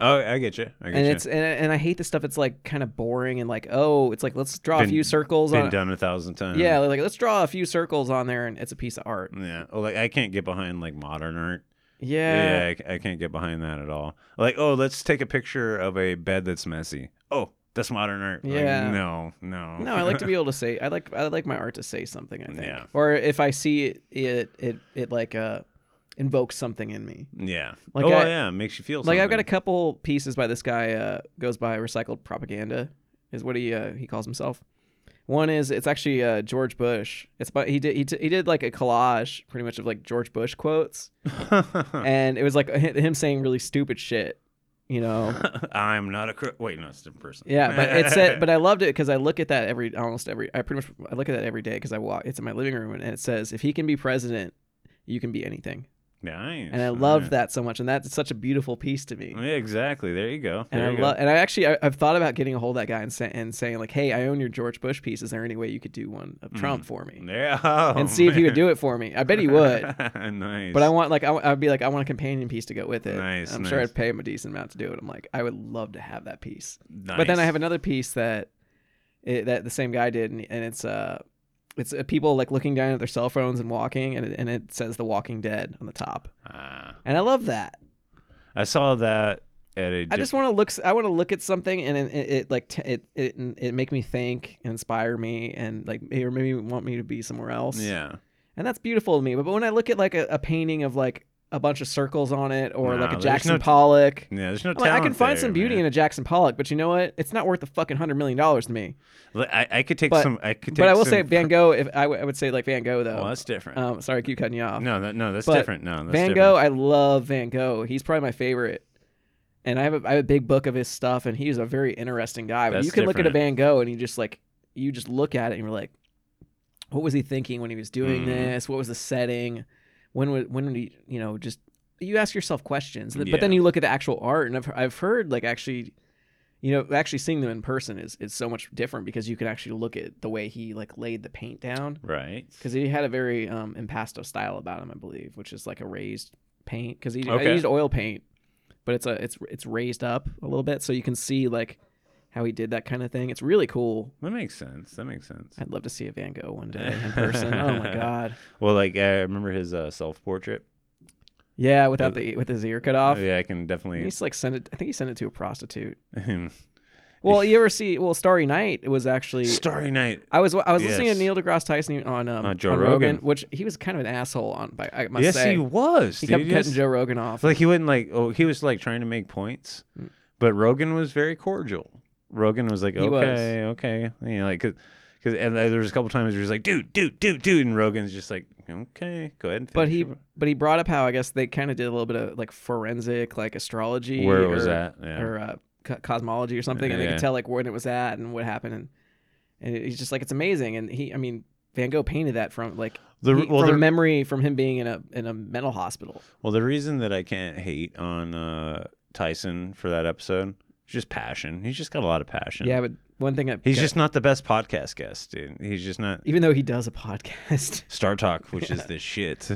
Speaker 2: oh, I get you. I get
Speaker 1: And
Speaker 2: you.
Speaker 1: it's and, and I hate the stuff that's like kind of boring and like oh, it's like let's draw
Speaker 2: Been-
Speaker 1: a few circles
Speaker 2: been
Speaker 1: on.
Speaker 2: done a thousand times.
Speaker 1: Yeah, like let's draw a few circles on there, and it's a piece of art.
Speaker 2: Yeah. Oh, like I can't get behind like modern art.
Speaker 1: Yeah,
Speaker 2: Yeah, I c- I, can't get behind that at all. Like, oh, let's take a picture of a bed that's messy. Oh, that's modern art. Like,
Speaker 1: Yeah.
Speaker 2: no, no.
Speaker 1: No, I like to be able to say I like I like my art to say something. I think,
Speaker 2: Yeah.
Speaker 1: or if I see it, it it it like uh invokes something in me.
Speaker 2: yeah.
Speaker 1: Like
Speaker 2: oh,
Speaker 1: I-
Speaker 2: yeah. it Makes you feel
Speaker 1: Like I've got a
Speaker 2: something.
Speaker 1: couple pieces by this guy uh, goes by recycled propaganda is what he uh, he calls himself. One is it's actually uh, George Bush. It's but he did he, t- he did like a collage pretty much of like George Bush quotes, and it was like hi- him saying really stupid shit, you know.
Speaker 2: I'm not a crook. Wait, no, it's a different person.
Speaker 1: Yeah, but it said, but I loved it because I look at that every almost every. I pretty much I look at that every day because I walk. It's in my living room and it says, "If he can be president, you can be anything."
Speaker 2: nice.
Speaker 1: And I loved that so much, and that's such a beautiful piece to me.
Speaker 2: Yeah, exactly. There you go.
Speaker 1: And
Speaker 2: There
Speaker 1: I
Speaker 2: you go.
Speaker 1: love, and I actually I, I've thought about getting a hold of that guy and, say, and saying like, "Hey, I own your George Bush piece. Is there any way you could do one
Speaker 2: Mm.
Speaker 1: of Trump for me
Speaker 2: Yeah. Oh,
Speaker 1: and see if he would do it for me?" I bet he would.
Speaker 2: nice.
Speaker 1: But I want like I, w- I'd be like I want a companion piece to go with it.
Speaker 2: Nice,
Speaker 1: I'm sure
Speaker 2: nice.
Speaker 1: I'd pay him a decent amount to do it. I'm like I would love to have that piece.
Speaker 2: Nice.
Speaker 1: But then I have another piece that it, that the same guy did, and, and it's uh, it's uh, people like looking down at their cell phones and walking, and it, and it says "The Walking Dead" on the top,
Speaker 2: Ah.
Speaker 1: and I love that.
Speaker 2: I saw that at a.
Speaker 1: I just want to look. s- I want to look at something, and it, it, it like t- it, it it make me think, and inspire me, and like may- or maybe want me to be somewhere else.
Speaker 2: Yeah.
Speaker 1: and that's beautiful to me. But, but when I look at like a, a painting of like a bunch of circles on it or like
Speaker 2: Nah,
Speaker 1: a
Speaker 2: there's
Speaker 1: Jackson
Speaker 2: no-
Speaker 1: Pollock.
Speaker 2: Yeah, there's no.
Speaker 1: I'm like, I
Speaker 2: talent
Speaker 1: can find
Speaker 2: there,
Speaker 1: some beauty
Speaker 2: man.
Speaker 1: in a Jackson Pollock, but you know what? It's not worth the fucking hundred million dollars to me.
Speaker 2: Like, I, I could take
Speaker 1: But-
Speaker 2: some. I could. Take
Speaker 1: But I will
Speaker 2: some,
Speaker 1: say Van Gogh. If I, w- I would say like Van Gogh though.
Speaker 2: Well, that's different.
Speaker 1: um, sorry, I keep cutting you off.
Speaker 2: no, that, no, that's
Speaker 1: but
Speaker 2: different. No, that's
Speaker 1: Van
Speaker 2: different.
Speaker 1: Gogh, I love Van Gogh. He's probably my favorite. And I have a, I have a big book of his stuff, and he's a very interesting guy. But
Speaker 2: That's
Speaker 1: you can look at a
Speaker 2: different.
Speaker 1: Van Gogh, and you just like you just look at it, and you're like, what was he thinking when he was doing
Speaker 2: Mhm.
Speaker 1: this? What was the setting? When would when would he you know just you ask yourself questions, but then
Speaker 2: Yeah.
Speaker 1: you look at the actual art, and I've I've heard like actually. You know, actually seeing them in person is, is so much different because you can actually look at the way he like laid the paint down
Speaker 2: Right.
Speaker 1: because he had a very um, impasto style about him, I believe, which is like a raised paint. Because he I
Speaker 2: Okay.
Speaker 1: used oil paint, but it's a it's it's raised up a little bit, so you can see like how he did that kind of thing. It's really cool.
Speaker 2: That makes sense. That makes sense.
Speaker 1: I'd love to see a Van Gogh one day in person. oh my god,
Speaker 2: Well, like I remember his uh, self-portrait. Oh,
Speaker 1: yeah, without the with his ear cut off.
Speaker 2: Yeah, I can
Speaker 1: He
Speaker 2: definitely.
Speaker 1: used to like send it. I think he sent it to a prostitute. Well, you ever see? Well, Starry Night. It was actually.
Speaker 2: Starry Night.
Speaker 1: I was I was listening to
Speaker 2: Yes.
Speaker 1: Neil deGrasse Tyson on um,
Speaker 2: Uh, Joe
Speaker 1: on Rogan,
Speaker 2: Rogan.
Speaker 1: which he was kind of an asshole on. By I must
Speaker 2: Yes,
Speaker 1: say,
Speaker 2: he was.
Speaker 1: he
Speaker 2: dude.
Speaker 1: kept cutting
Speaker 2: Yes.
Speaker 1: Joe Rogan off.
Speaker 2: Like he wouldn't like. Oh, he was like trying to make points,
Speaker 1: Mm.
Speaker 2: but Rogan was very cordial. Rogan was like,
Speaker 1: He was.
Speaker 2: okay, okay, you know, like because. And there was a couple times where he was like, "Dude, dude, dude, dude," and Rogan's just like, "Okay, go ahead." And
Speaker 1: But
Speaker 2: finish
Speaker 1: he,
Speaker 2: your book."
Speaker 1: but he brought up how I guess they kind of did a little bit of like forensic, like astrology.
Speaker 2: where it was
Speaker 1: or,
Speaker 2: that? Yeah.
Speaker 1: Or uh, co- cosmology or something, and they
Speaker 2: Yeah.
Speaker 1: could tell like when it was at and what happened, and and he's just like it's amazing. And he, I mean, Van Gogh painted that from like
Speaker 2: the,
Speaker 1: he-
Speaker 2: well,
Speaker 1: from
Speaker 2: the,
Speaker 1: a memory from him being in a in a mental hospital.
Speaker 2: well, the reason that I can't hate on uh, Tyson for that episode is just passion. He's just got a lot of passion.
Speaker 1: Yeah, but one thing that
Speaker 2: He's just not the best podcast guest, dude. He's just not
Speaker 1: even though he does a podcast.
Speaker 2: Star Talk, which is the shit.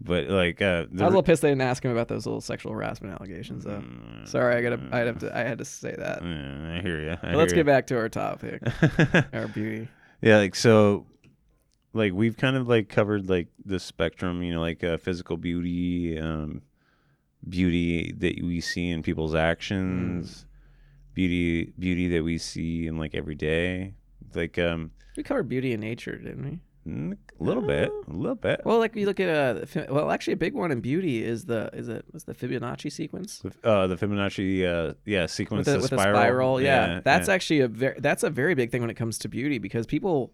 Speaker 2: But like, uh,
Speaker 1: I was a little pissed they didn't ask him about those little sexual harassment allegations. Though,
Speaker 2: Mm.
Speaker 1: sorry, I gotta, I have to, I had to say that.
Speaker 2: Yeah, Mm. I hear you.
Speaker 1: But let's get back to our topic,
Speaker 2: back.
Speaker 1: our beauty.
Speaker 2: yeah, like so, like we've kind of like covered like the spectrum, you know, like uh, physical beauty, um, beauty that we see in people's actions,
Speaker 1: Mm.
Speaker 2: beauty, beauty that we see in like every day, like um,
Speaker 1: We covered beauty in nature, didn't we?
Speaker 2: mm, a little bit,
Speaker 1: Oh.
Speaker 2: a little bit.
Speaker 1: Well, like you look at uh, the fi- well, actually, a big one in beauty is the is it was the Fibonacci sequence
Speaker 2: Uh, the Fibonacci, uh, yeah, sequence
Speaker 1: with a,
Speaker 2: the
Speaker 1: with a
Speaker 2: spiral.
Speaker 1: spiral. Yeah, that's actually a very that's a very big thing when it comes to beauty because people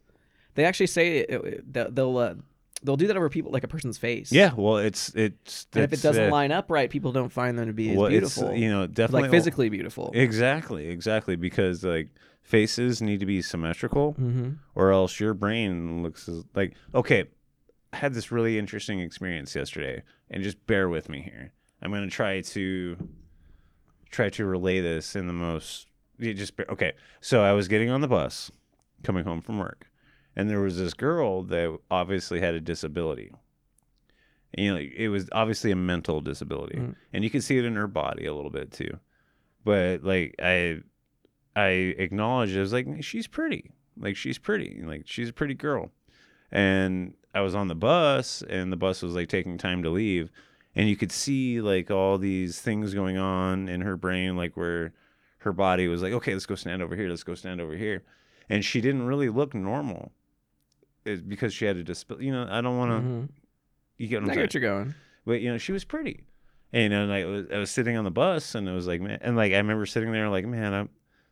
Speaker 1: they actually say it, it, they'll they'll, uh, they'll do that over people like a person's face.
Speaker 2: Yeah, well, it's it's
Speaker 1: and if it
Speaker 2: that's,
Speaker 1: doesn't
Speaker 2: uh,
Speaker 1: line up right, people don't find them to be as
Speaker 2: well, it's,
Speaker 1: beautiful,
Speaker 2: you know, definitely
Speaker 1: like physically beautiful.
Speaker 2: Exactly, exactly, because like faces need to be symmetrical,
Speaker 1: mm-hmm.
Speaker 2: or else your brain looks as- like okay. I had this really interesting experience yesterday, and just bear with me here. I'm gonna try to try to relay this in the most you just bear, okay. So I was getting on the bus coming home from work, and there was this girl that obviously had a disability. And, you know, it was obviously a mental disability,
Speaker 1: Mm.
Speaker 2: and you could see it in her body a little bit too. But like I, I acknowledged, I was like, she's pretty, like she's pretty, like she's a pretty girl. And I was on the bus, and the bus was like taking time to leave, and you could see like all these things going on in her brain, like where her body was like, okay, let's go stand over here, let's go stand over here, and she didn't really look normal, it's because she had a disability. You know, I don't want to.
Speaker 1: hmm
Speaker 2: You get
Speaker 1: I
Speaker 2: what I'm
Speaker 1: get
Speaker 2: saying?
Speaker 1: what you're going.
Speaker 2: but you know she was pretty and, and I, was, I was sitting on the bus and it was like man and like i remember sitting there like man i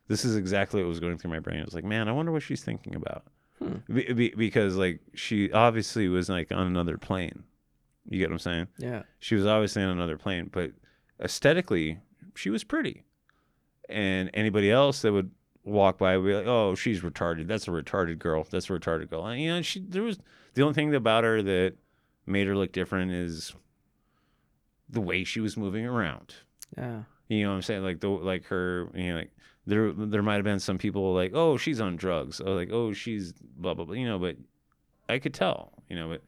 Speaker 2: this is exactly what was going through my brain i was like man i wonder what she's thinking about
Speaker 1: Hmm.
Speaker 2: be, be- because like she obviously was like on another plane you get what i'm saying
Speaker 1: Yeah,
Speaker 2: she was obviously on another plane but aesthetically she was pretty and anybody else that would walk by would be like oh she's retarded that's a retarded girl that's a retarded girl and, you know she there was the only thing about her that made her look different is the way she was moving around
Speaker 1: yeah.
Speaker 2: you know what i'm saying like the like her you know like there there might have been some people like oh she's on drugs or like oh she's blah blah blah you know but i could tell you know but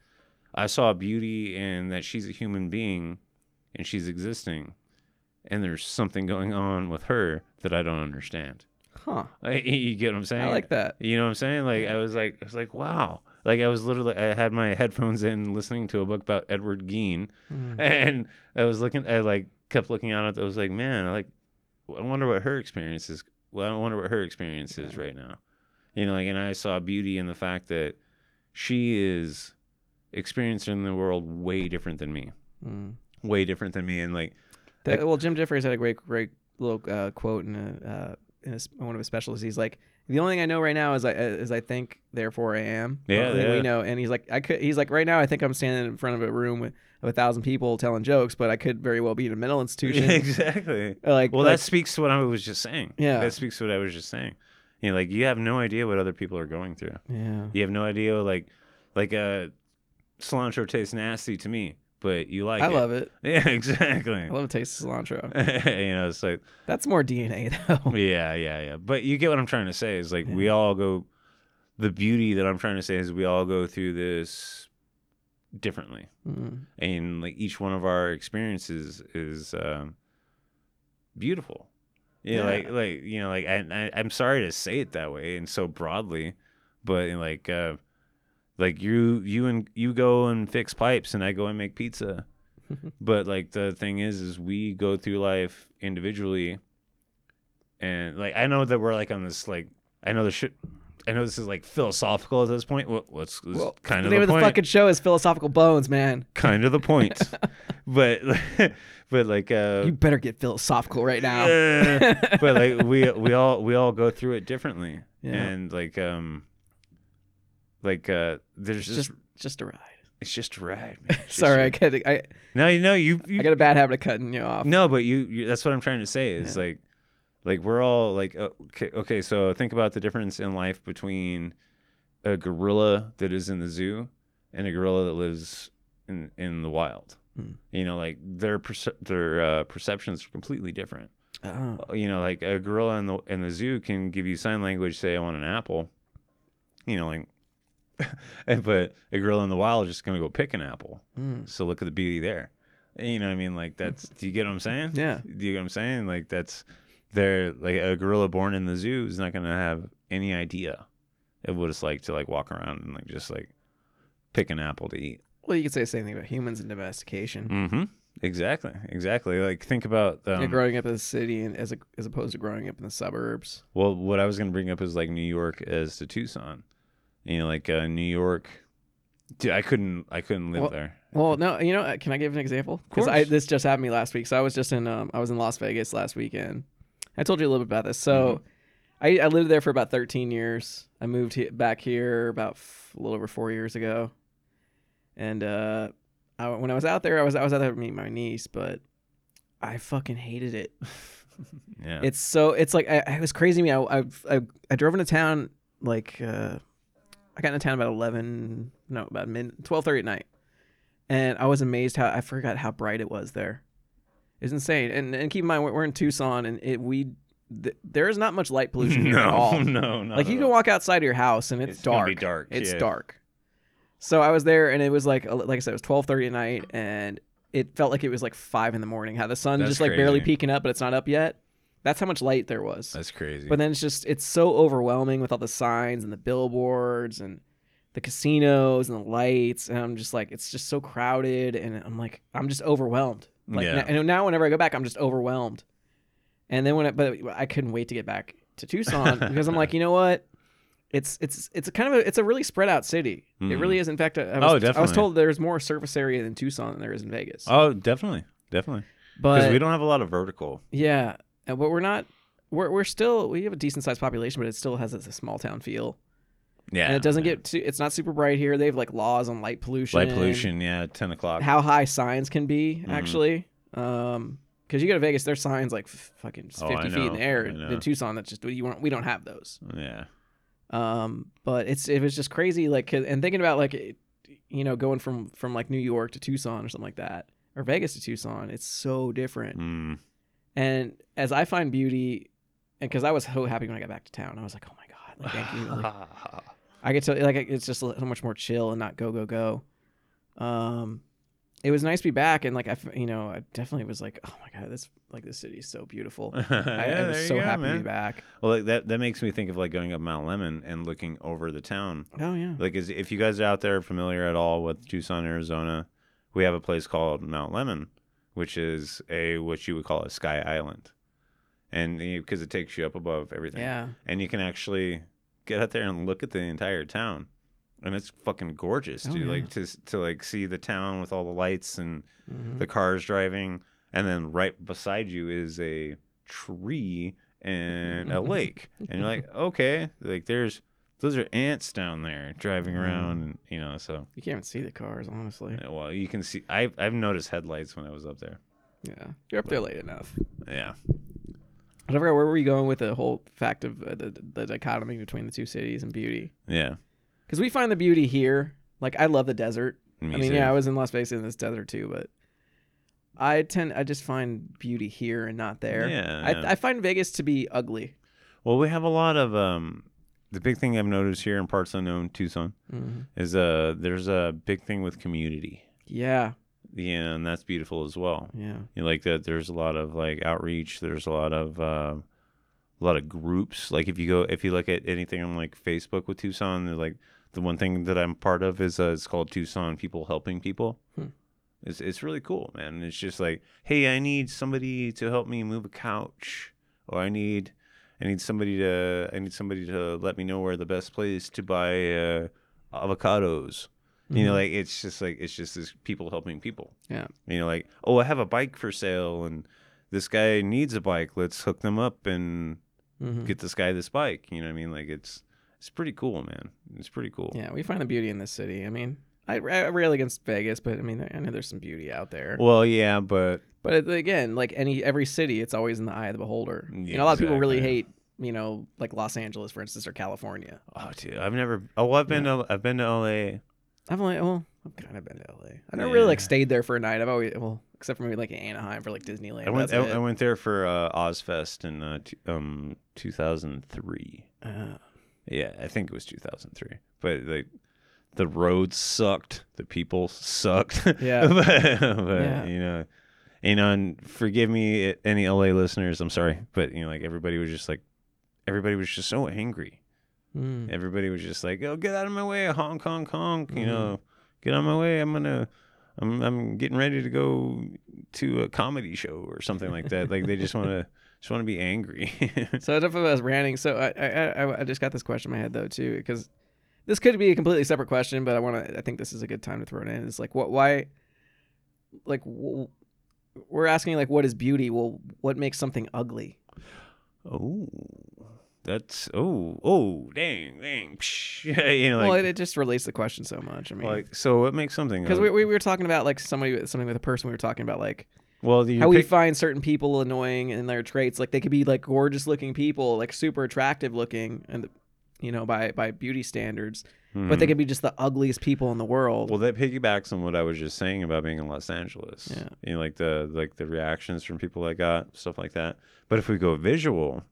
Speaker 2: i saw beauty in that she's a human being and she's existing and there's something going on with her that i don't understand
Speaker 1: Huh?
Speaker 2: I, you get what i'm saying
Speaker 1: I like that.
Speaker 2: you know what I'm saying? Like I was like I was like wow. Like I was literally I had my headphones in listening to a book about Edward Gein
Speaker 1: Mm.
Speaker 2: and I was looking I like kept looking out at it. I was like, man, I like I wonder what her experience is. Well, I wonder what her experience is right now. You know, like and I saw beauty in the fact that she is experiencing the world way different than me.
Speaker 1: Mm.
Speaker 2: way different than me and like
Speaker 1: That- well, Jim Jeffries had a great, great little uh, quote in, a, uh, in a s one of his specials. He's like, "The only thing I know right now is I is I think, therefore I am." The
Speaker 2: Yeah,
Speaker 1: only thing
Speaker 2: yeah.
Speaker 1: We know, and he's like, "I could." He's like, "Right now, I think I'm standing in front of a room with of a thousand people telling jokes, but I could very well be in a mental institution."
Speaker 2: exactly
Speaker 1: like,
Speaker 2: well
Speaker 1: like-
Speaker 2: that speaks to what i was just saying
Speaker 1: Yeah.
Speaker 2: that speaks to what i was just saying you know like you have no idea what other people are going through
Speaker 1: yeah,
Speaker 2: you have no idea like like uh cilantro tastes nasty to me but you like
Speaker 1: I
Speaker 2: it
Speaker 1: love it.
Speaker 2: yeah exactly
Speaker 1: I love the taste of cilantro.
Speaker 2: you know it's like
Speaker 1: That's more DNA though.
Speaker 2: Yeah, yeah, yeah. But you get what I'm trying to say is like we all go. The beauty that I'm trying to say is we all go through this differently,
Speaker 1: Mm.
Speaker 2: and like each one of our experiences is um, beautiful. You know,
Speaker 1: Yeah.
Speaker 2: like like you know, like I, I I'm sorry to say it that way and so broadly, but like uh, like you you and you go and fix pipes, and I go and make pizza. but like the thing is, is we go through life individually and like I know that we're like on this like I know this shit. I know this is like philosophical at this point. What, what's this is
Speaker 1: Well,
Speaker 2: kind
Speaker 1: The
Speaker 2: of
Speaker 1: name
Speaker 2: the,
Speaker 1: of the
Speaker 2: point?
Speaker 1: fucking show is Philosophical Bones, man.
Speaker 2: Kind of the point. but but like uh,
Speaker 1: You better get philosophical right now.
Speaker 2: uh, but like we we all we all go through it differently,
Speaker 1: Yeah.
Speaker 2: and like um like uh there's
Speaker 1: It's
Speaker 2: just,
Speaker 1: just, just a ride.
Speaker 2: it's just a ride. Man. It's just a
Speaker 1: Sorry, I
Speaker 2: ride.
Speaker 1: got, I,
Speaker 2: No, you know you
Speaker 1: I
Speaker 2: you
Speaker 1: got a bad habit of cutting you off.
Speaker 2: No, but you, you that's what I'm trying to say is like like we're all like uh, okay, okay, so think about the difference in life between a gorilla that is in the zoo and a gorilla that lives in in the wild.
Speaker 1: Hmm.
Speaker 2: You know, like their perce- their uh, perceptions are completely different.
Speaker 1: Oh.
Speaker 2: You know, like a gorilla in the in the zoo can give you sign language, say I want an apple. You know, like but a gorilla in the wild is just going to go pick an apple.
Speaker 1: Mm.
Speaker 2: So look at the beauty there. You know what I mean? Like that's do you get what I'm saying?
Speaker 1: Yeah.
Speaker 2: Do you get what I'm saying? Like that's they're like a gorilla born in the zoo is not gonna have any idea of what it's like to like walk around and like just like pick an apple to eat.
Speaker 1: Well, you could say the same thing about humans and domestication.
Speaker 2: Mm-hmm. Exactly. Exactly. Like think about
Speaker 1: Yeah,
Speaker 2: um,
Speaker 1: growing up in the city and as a, as opposed to growing up in the suburbs.
Speaker 2: Well, what I was going to bring up is like New York as to Tucson. You know, like uh, New York. Dude, I couldn't. I couldn't live
Speaker 1: Well-
Speaker 2: there.
Speaker 1: Well, no, you know, uh, can I give an example? Because I
Speaker 2: course.
Speaker 1: this just happened to me last week. So I was just in um, I was in Las Vegas last weekend. I told you a little bit about this. So I, I lived there for about 13 years. I moved he- back here about f- a little over four years ago, and uh, I, when I was out there, I was I was out there to meet my niece, but I fucking hated it.
Speaker 2: Yeah.
Speaker 1: It's so it's like I, it was crazy to me. I, I I I drove into town like uh, I got into town about eleven, no, about mid twelve thirty at night, and I was amazed how I forgot how bright it was there. It's insane. And and keep in mind we're, we're in Tucson, and it we th- there is not much light pollution here
Speaker 2: no,
Speaker 1: at all.
Speaker 2: no, no.
Speaker 1: like you can walk outside of your house and it's,
Speaker 2: It's gonna
Speaker 1: dark.
Speaker 2: be dark,
Speaker 1: It's
Speaker 2: yeah.
Speaker 1: dark. So I was there, and it was like like I said, it was twelve thirty at night, and it felt like it was like five in the morning. How the sun
Speaker 2: That's
Speaker 1: just like barely
Speaker 2: crazy.
Speaker 1: peeking up, but it's not up yet. That's how much light there was.
Speaker 2: That's crazy.
Speaker 1: But then it's just it's so overwhelming with all the signs and the billboards and the casinos and the lights, and I'm just like it's just so crowded, and I'm like I'm just overwhelmed. Like
Speaker 2: Yeah.
Speaker 1: n- and now whenever I go back, I'm just overwhelmed. And then when I, but I couldn't wait to get back to Tucson because I'm like you know what. It's it's it's a kind of a, it's a really spread out city. It
Speaker 2: Mhm.
Speaker 1: really is. In fact, I, I
Speaker 2: Oh,
Speaker 1: was, I was
Speaker 2: definitely.
Speaker 1: told there's more surface area in Tucson than there is in Vegas.
Speaker 2: oh, definitely, definitely. Because
Speaker 1: but
Speaker 2: we don't have a lot of vertical.
Speaker 1: yeah, uh, but we're not. We're we're still we have a decent sized population, but it still has this small town feel,
Speaker 2: Yeah.
Speaker 1: and it doesn't
Speaker 2: yeah.
Speaker 1: get too. It's not super bright here. They have like laws on light pollution,
Speaker 2: light pollution. Yeah, ten o'clock.
Speaker 1: how high signs can be
Speaker 2: Mhm.
Speaker 1: actually. Um, because you go to Vegas, there's signs like f- fucking
Speaker 2: Oh,
Speaker 1: fifty
Speaker 2: I
Speaker 1: feet in
Speaker 2: know,
Speaker 1: the air.
Speaker 2: I know.
Speaker 1: In Tucson, that's just you want. We don't have those.
Speaker 2: yeah.
Speaker 1: Um, but it's it was just crazy. Like 'cause- and thinking about like, it, you know, going from from like New York to Tucson or something like that, or Vegas to Tucson, it's so different.
Speaker 2: Mm.
Speaker 1: And as I find beauty, and because I was so happy when I got back to town, I was like, oh my god, like thank you. Like, I get to like it's just so much more chill and not go go go. Um, it was nice to be back, and like I, f- you know, I definitely was like, oh my god, this like this city is so beautiful.
Speaker 2: yeah,
Speaker 1: I, I
Speaker 2: there
Speaker 1: was
Speaker 2: you
Speaker 1: so
Speaker 2: go,
Speaker 1: happy to
Speaker 2: man.
Speaker 1: be back.
Speaker 2: Well, like, that that makes me think of like going up Mount Lemon and looking over the town.
Speaker 1: Oh yeah,
Speaker 2: Like, is, if you guys are out there familiar at all with Tucson, Arizona, we have a place called Mount Lemon, which is a what you would call a sky island, and because it takes you up above everything.
Speaker 1: yeah.
Speaker 2: and you can actually get out there and look at the entire town and it's fucking gorgeous,
Speaker 1: Oh,
Speaker 2: dude.
Speaker 1: yeah.
Speaker 2: Like to s- to like see the town with all the lights and
Speaker 1: Mhm.
Speaker 2: the cars driving, and then right beside you is a tree and a
Speaker 1: Mm-hmm.
Speaker 2: lake, and you're like, okay, like there's those are ants down there
Speaker 1: Mm.
Speaker 2: driving around, and you know, so
Speaker 1: You can't even see the cars, honestly.
Speaker 2: yeah, well, you can see. I've I've noticed headlights when I was up there.
Speaker 1: Yeah, you're up there late enough.
Speaker 2: Yeah,
Speaker 1: I forgot where were you going with the whole fact of uh, the, the dichotomy between the two cities and beauty?
Speaker 2: yeah.
Speaker 1: Because we find the beauty here. Like I love the desert.
Speaker 2: Me
Speaker 1: I mean,
Speaker 2: too.
Speaker 1: yeah, I was in Las Vegas in this desert too, but I tend I just find beauty here and not there.
Speaker 2: Yeah, yeah.
Speaker 1: I, I find Vegas to be ugly.
Speaker 2: Well, we have a lot of um. The big thing I've noticed here in parts unknown Tucson is uh there's a big thing with community,
Speaker 1: Yeah,
Speaker 2: yeah, and that's beautiful as well.
Speaker 1: yeah,
Speaker 2: You know, like that there's a lot of like outreach. There's a lot of uh, a lot of groups. Like if you go if you look at anything on like Facebook with Tucson, they're like the one thing that I'm part of is uh, it's called Tucson People Helping People.
Speaker 1: Hmm.
Speaker 2: It's it's really cool, man. It's just like hey, I need somebody to help me move a couch, or I need I need somebody to I need somebody to let me know where the best place to buy uh, avocados. You know, like it's just like it's just this people helping people.
Speaker 1: Mm-hmm. Yeah.
Speaker 2: You know, like oh, I have a bike for sale, and this guy needs a bike. Let's hook them up and
Speaker 1: Mhm.
Speaker 2: get this guy this bike. You know what I mean? Like it's it's pretty cool, man. It's pretty cool.
Speaker 1: yeah. We find the beauty in this city. I mean, I, I rail against Vegas, but I mean, I know there's some beauty out there.
Speaker 2: Well, yeah, but
Speaker 1: But it- again, like any every city, it's always in the eye of the beholder. you know, a lot of people really hate,
Speaker 2: Exactly.
Speaker 1: you know, like Los Angeles, for instance, or California.
Speaker 2: oh, dude, I've never. Oh, I've been to I've been to L.A.
Speaker 1: I've only well, I've kind of been to LA. I never really like stayed there for a night. I've always well, except for maybe like Anaheim for like Disneyland.
Speaker 2: I
Speaker 1: but
Speaker 2: went I,
Speaker 1: that's
Speaker 2: I
Speaker 1: it.
Speaker 2: went there for uh, Ozfest in uh, t- um 2003.
Speaker 1: Uh,
Speaker 2: Yeah, I think it was 2003. But like the roads sucked, the people sucked.
Speaker 1: Yeah.
Speaker 2: but, but,
Speaker 1: Yeah.
Speaker 2: you know, you know, and forgive me eh, any LA listeners, I'm sorry, but you know like everybody was just like everybody was just so angry.
Speaker 1: mm.
Speaker 2: Everybody was just like, "Oh, get out of my way, honk honk honk,
Speaker 1: Mm-hmm.
Speaker 2: you know. Get out of my way. I'm going to I'm I'm getting ready to go to a comedy show or something like that. like they just want to just want to be angry.
Speaker 1: So enough of us ranting. So I, I I I just got this question in my head though too because this could be a completely separate question, but I want to. I think this is a good time to throw it in. It's like what why, like w- we're asking like what is beauty? Well, what makes something ugly?
Speaker 2: Oh, that's oh oh dang dang. psh. you know, like,
Speaker 1: well, it, it just relates the question so much. I mean.
Speaker 2: like so what makes something?
Speaker 1: because
Speaker 2: uh,
Speaker 1: we, we were talking about like somebody with- something with a person we were talking about like
Speaker 2: well you
Speaker 1: how we
Speaker 2: pick,
Speaker 1: find certain people annoying in their traits. Like they could be like gorgeous looking people, like super attractive looking, and you know by by beauty standards, but they
Speaker 2: Mhm.
Speaker 1: could be just the ugliest people in the world.
Speaker 2: well that piggybacks on what I was just saying about being in Los Angeles.
Speaker 1: Yeah.
Speaker 2: you know, like the like the reactions from people I got stuff like that. But if we go visual,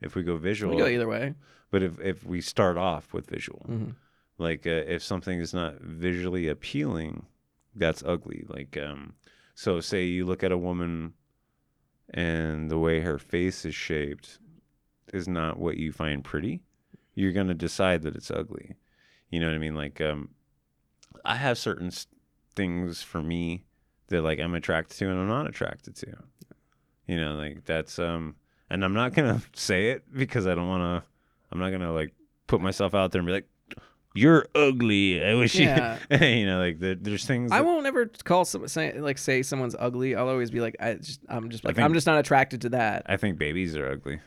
Speaker 2: if we go
Speaker 1: we
Speaker 2: visual,
Speaker 1: go either way.
Speaker 2: but if if we start off with visual,
Speaker 1: Mhm.
Speaker 2: like uh, if something is not visually appealing that's ugly like um so say you look at a woman and the way her face is shaped is not what you find pretty you're going to decide that it's ugly you know what i mean like um i have certain s- things for me that like i'm attracted to and i'm not attracted to you know like that's um and i'm not going to say it because i don't want to i'm not going to like put myself out there and be like you're ugly i wish
Speaker 1: Yeah.
Speaker 2: you you know like there, there's things
Speaker 1: I
Speaker 2: that-
Speaker 1: won't ever call some say, like say someone's ugly. I'll always be like I just I'm just
Speaker 2: I
Speaker 1: like
Speaker 2: think-
Speaker 1: I'm just not attracted to that.
Speaker 2: I think babies are ugly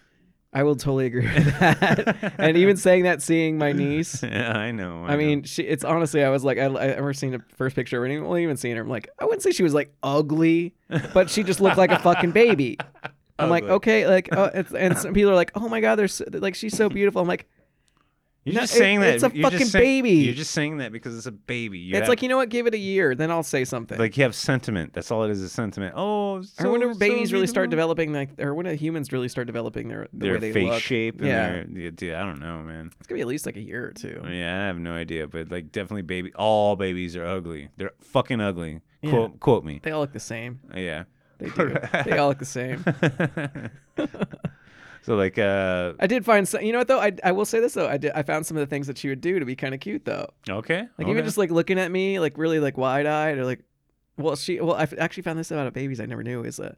Speaker 1: I will totally agree with that. and even saying that, seeing my niece.
Speaker 2: yeah i know
Speaker 1: I
Speaker 2: know.
Speaker 1: mean, she, it's honestly, I was like, I, I remember seeing the first picture of her, and even- well, even seeing her, I'm like, I wouldn't say she was like ugly, but she just looked like a fucking baby. I'm like,
Speaker 2: Ugly.
Speaker 1: okay, like, oh, it's, and some people are like, oh my god, there's like she's so beautiful. I'm like,
Speaker 2: you're
Speaker 1: no,
Speaker 2: just
Speaker 1: it-
Speaker 2: saying that
Speaker 1: it's a
Speaker 2: you're just
Speaker 1: fucking
Speaker 2: saying-
Speaker 1: baby.
Speaker 2: you're just saying that because it's a baby you
Speaker 1: it's
Speaker 2: have-
Speaker 1: like you know what? Give it a year, then I'll say something.
Speaker 2: like you have sentiment that's all it is is sentiment oh
Speaker 1: or
Speaker 2: so-
Speaker 1: whenever
Speaker 2: so
Speaker 1: babies really start
Speaker 2: beautiful.
Speaker 1: developing, like, or when humans really start developing their the way
Speaker 2: their
Speaker 1: they
Speaker 2: face
Speaker 1: look,
Speaker 2: shape and
Speaker 1: Yeah.
Speaker 2: yeah. their yeah, dude i don't know man
Speaker 1: it's gonna be at least like a year or two.
Speaker 2: Yeah, I have no idea, but like definitely baby all babies are ugly. They're fucking ugly.
Speaker 1: Yeah.
Speaker 2: Quote quote me.
Speaker 1: They all look the same.
Speaker 2: Yeah.
Speaker 1: They do. they all look the same.
Speaker 2: so like uh
Speaker 1: I did find some. You know what though? I, I will say this though. I did. I found some of the things that she would do to be kind of cute though.
Speaker 2: okay.
Speaker 1: Like
Speaker 2: okay.
Speaker 1: even just like looking at me, like really like wide eyed, or like, well, she. Well, I f- actually found this about babies. I never knew is that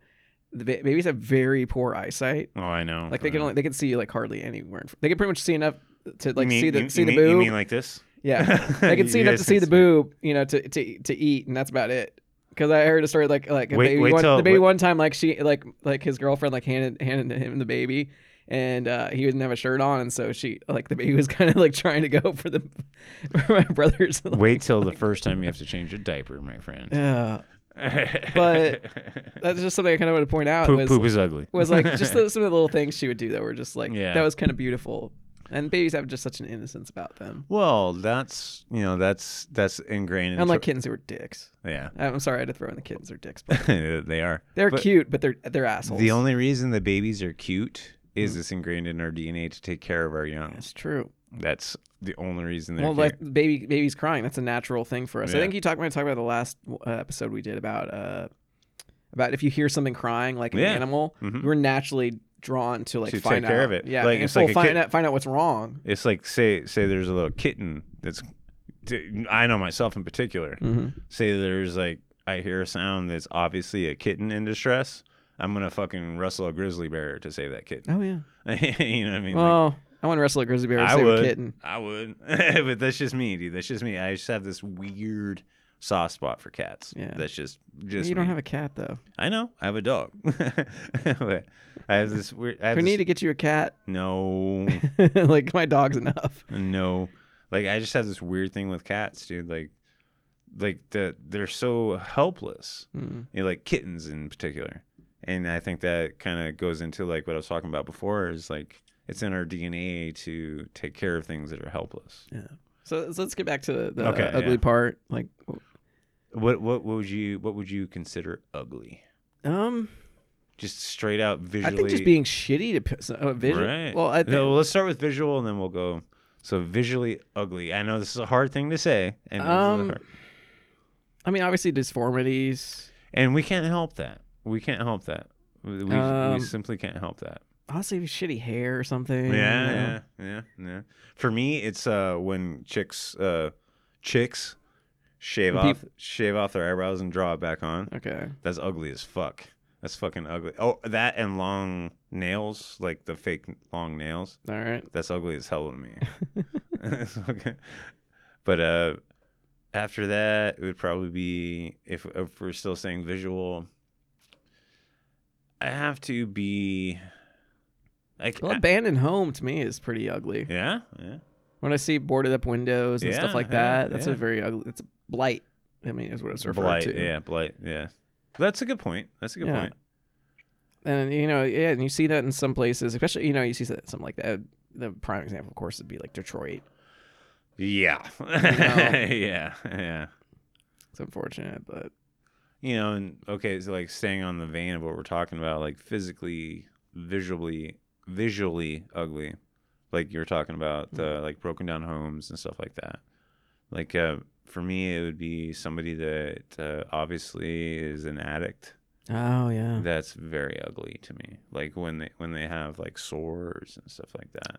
Speaker 1: the ba- babies have very poor eyesight.
Speaker 2: Oh, I know.
Speaker 1: Like they can
Speaker 2: Uh,
Speaker 1: only they can see like hardly anywhere. In fr- they can pretty much see enough to like
Speaker 2: you mean-
Speaker 1: see the
Speaker 2: you,
Speaker 1: see
Speaker 2: you
Speaker 1: the
Speaker 2: mean,
Speaker 1: boob.
Speaker 2: You mean like this?
Speaker 1: Yeah, I can
Speaker 2: You
Speaker 1: see enough
Speaker 2: guys
Speaker 1: to see
Speaker 2: can
Speaker 1: the boob, you know, to to to eat, and that's about it. Because I heard a story like like a
Speaker 2: Wait-
Speaker 1: baby
Speaker 2: wait
Speaker 1: one,
Speaker 2: till-
Speaker 1: the baby
Speaker 2: wait-
Speaker 1: one time like she like like his girlfriend like handed handed him the baby. And uh, he didn't have a shirt on, and so she like the baby was kind of like trying to go for the for my brother's. Like,
Speaker 2: Wait till the first time you have to change a diaper, my friend.
Speaker 1: uh, but that's just something I kind of want to point out
Speaker 2: poop,
Speaker 1: was
Speaker 2: poop is ugly.
Speaker 1: was like just those, some of the little things she would do that were just like
Speaker 2: Yeah.
Speaker 1: that was kind of beautiful. And babies have just such an innocence about them,
Speaker 2: Well, that's you know that's that's ingrained. in
Speaker 1: unlike kittens who are dicks.
Speaker 2: yeah,
Speaker 1: I'm sorry I had to throw in the kittens are dicks, but
Speaker 2: they are.
Speaker 1: They're
Speaker 2: But
Speaker 1: cute, but they're they're assholes. Mm-hmm.
Speaker 2: The only reason the babies are cute is it's ingrained in our DNA to take care of our young.
Speaker 1: that's true.
Speaker 2: That's the only reason they're
Speaker 1: Well,
Speaker 2: cute.
Speaker 1: like baby baby's crying. That's a natural thing for us. I
Speaker 2: Yeah.
Speaker 1: think you talked about talked about the last uh, episode we did about uh about if you hear something crying like an
Speaker 2: Yeah.
Speaker 1: animal,
Speaker 2: Mhm.
Speaker 1: we're naturally drawn to like
Speaker 2: To
Speaker 1: find
Speaker 2: take care
Speaker 1: out.
Speaker 2: of it.
Speaker 1: Yeah,
Speaker 2: Like,
Speaker 1: and
Speaker 2: it's
Speaker 1: we'll
Speaker 2: like a
Speaker 1: find
Speaker 2: kid-
Speaker 1: out find out what's wrong.
Speaker 2: It's like say say there's a little kitten that's I know myself in particular.
Speaker 1: Mm-hmm.
Speaker 2: Say there's like I hear a sound that's obviously a kitten in distress. I'm gonna fucking wrestle a grizzly bear to save that kitten.
Speaker 1: Oh yeah.
Speaker 2: you know what I mean? Like,
Speaker 1: Well, I want to wrestle a grizzly bear and
Speaker 2: I
Speaker 1: save
Speaker 2: would,
Speaker 1: a kitten.
Speaker 2: I would, but that's just me, dude. That's just me. I just have this weird soft spot for cats.
Speaker 1: Yeah.
Speaker 2: that's just
Speaker 1: You
Speaker 2: just.
Speaker 1: don't
Speaker 2: me.
Speaker 1: have a cat though.
Speaker 2: I know. I have a dog. but I have this weird. I have
Speaker 1: We
Speaker 2: this-
Speaker 1: need to get you a cat.
Speaker 2: no.
Speaker 1: like my dog's enough.
Speaker 2: No, like I just have this weird thing with cats, dude. Like, like the they're so helpless.
Speaker 1: Mm.
Speaker 2: You know, like kittens in particular, and I think that kind of goes into like what I was talking about before. Is like it's in our DNA to take care of things that are helpless.
Speaker 1: So, so let's get back to the
Speaker 2: Okay,
Speaker 1: uh, ugly
Speaker 2: yeah.
Speaker 1: part. Like,
Speaker 2: What what what would you what would you consider ugly?
Speaker 1: um,
Speaker 2: Just straight out
Speaker 1: I
Speaker 2: visually.
Speaker 1: think just being shitty to p- so- uh, visual.
Speaker 2: Right.
Speaker 1: Well, I think
Speaker 2: no, let's start with visual, and then we'll go. So visually ugly. I know this is a hard thing to say, and this is a
Speaker 1: Um,
Speaker 2: hard-
Speaker 1: I mean obviously disformities.
Speaker 2: and we can't help that. We can't help that. We, we-
Speaker 1: Um,
Speaker 2: we simply can't help that.
Speaker 1: Honestly, shitty hair or something.
Speaker 2: Yeah,
Speaker 1: you know.
Speaker 2: yeah, yeah, yeah. For me, it's uh when chicks, uh, chicks, shave
Speaker 1: When
Speaker 2: off, shave off their eyebrows and draw it back on.
Speaker 1: Okay.
Speaker 2: That's ugly as fuck. That's fucking ugly. Oh, that and long nails, like the fake long nails.
Speaker 1: All right.
Speaker 2: That's ugly as hell to me. It's fucking- but uh, after that, it would probably be if, if we're still saying visual. I have to be like
Speaker 1: Well, abandoned home to me is pretty ugly.
Speaker 2: yeah, yeah.
Speaker 1: When I see boarded up windows and stuff
Speaker 2: Yeah,
Speaker 1: like
Speaker 2: yeah,
Speaker 1: that, that's a
Speaker 2: yeah.
Speaker 1: very ugly. It's a blight. I mean, is what it's referred
Speaker 2: blight,
Speaker 1: to.
Speaker 2: yeah, blight, yeah. That's a good point. That's a good
Speaker 1: Yeah.
Speaker 2: point.
Speaker 1: And you know, yeah, and you see that in some places, especially you know, you see that something like that. The prime example, of course, would be like Detroit.
Speaker 2: Yeah,
Speaker 1: know.
Speaker 2: yeah, yeah.
Speaker 1: It's unfortunate, but
Speaker 2: You know, and okay, so like staying on the vein of what we're talking about, like physically, visually, visually ugly, like you were talking about
Speaker 1: Mm-hmm.
Speaker 2: the like broken down homes and stuff like that. Like uh, for me, it would be somebody that uh, obviously is an addict.
Speaker 1: oh yeah,
Speaker 2: That's very ugly to me. Like when they when they have like sores and stuff like that.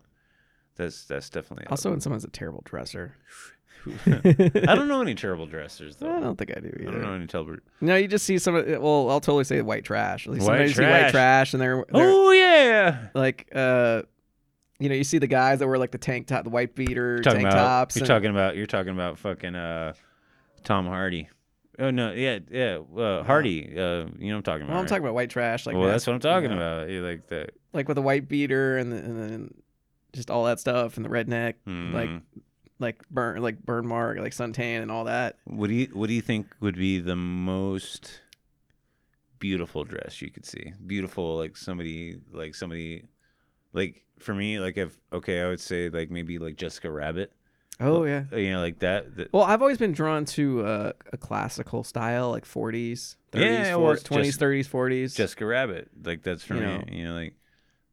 Speaker 2: That's that's definitely
Speaker 1: also when someone's a terrible dresser.
Speaker 2: I don't know any terrible dressers though.
Speaker 1: I don't think I do
Speaker 2: I
Speaker 1: either.
Speaker 2: don't know any terrible.
Speaker 1: No, you just see some. Well, I'll totally say white trash. Like
Speaker 2: White
Speaker 1: sometimes you see white
Speaker 2: trash.
Speaker 1: trash, and they're, they're
Speaker 2: Oh yeah.
Speaker 1: like, uh, you know, you see the guys that wear like the tank top, the white beater
Speaker 2: Talking
Speaker 1: tank
Speaker 2: about
Speaker 1: tops.
Speaker 2: you're
Speaker 1: and-
Speaker 2: talking about you're talking about fucking uh, Tom Hardy. Oh no, yeah, yeah, uh, Hardy. Uh, you know what I'm talking about.
Speaker 1: well, I'm
Speaker 2: right?
Speaker 1: talking about white trash, like
Speaker 2: well,
Speaker 1: that,
Speaker 2: that's what I'm talking
Speaker 1: yeah.
Speaker 2: about. You like the
Speaker 1: like with the white beater and, the, and then just all that stuff and the redneck, like
Speaker 2: mhm.
Speaker 1: like burn like burn mark, like suntan and all that.
Speaker 2: What do you What do you think would be the most beautiful dress you could see? Beautiful, like somebody, like somebody, like for me, like if okay, I would say like maybe like Jessica Rabbit.
Speaker 1: Oh yeah.
Speaker 2: You know, like that. that
Speaker 1: Well, I've always been drawn to uh, a classical style, like 40s, 30s,
Speaker 2: Yeah, well,
Speaker 1: 40s, 20s,
Speaker 2: just-
Speaker 1: 30s, 40s.
Speaker 2: Jessica Rabbit. Like that's for
Speaker 1: You
Speaker 2: me.
Speaker 1: know.
Speaker 2: you know, like,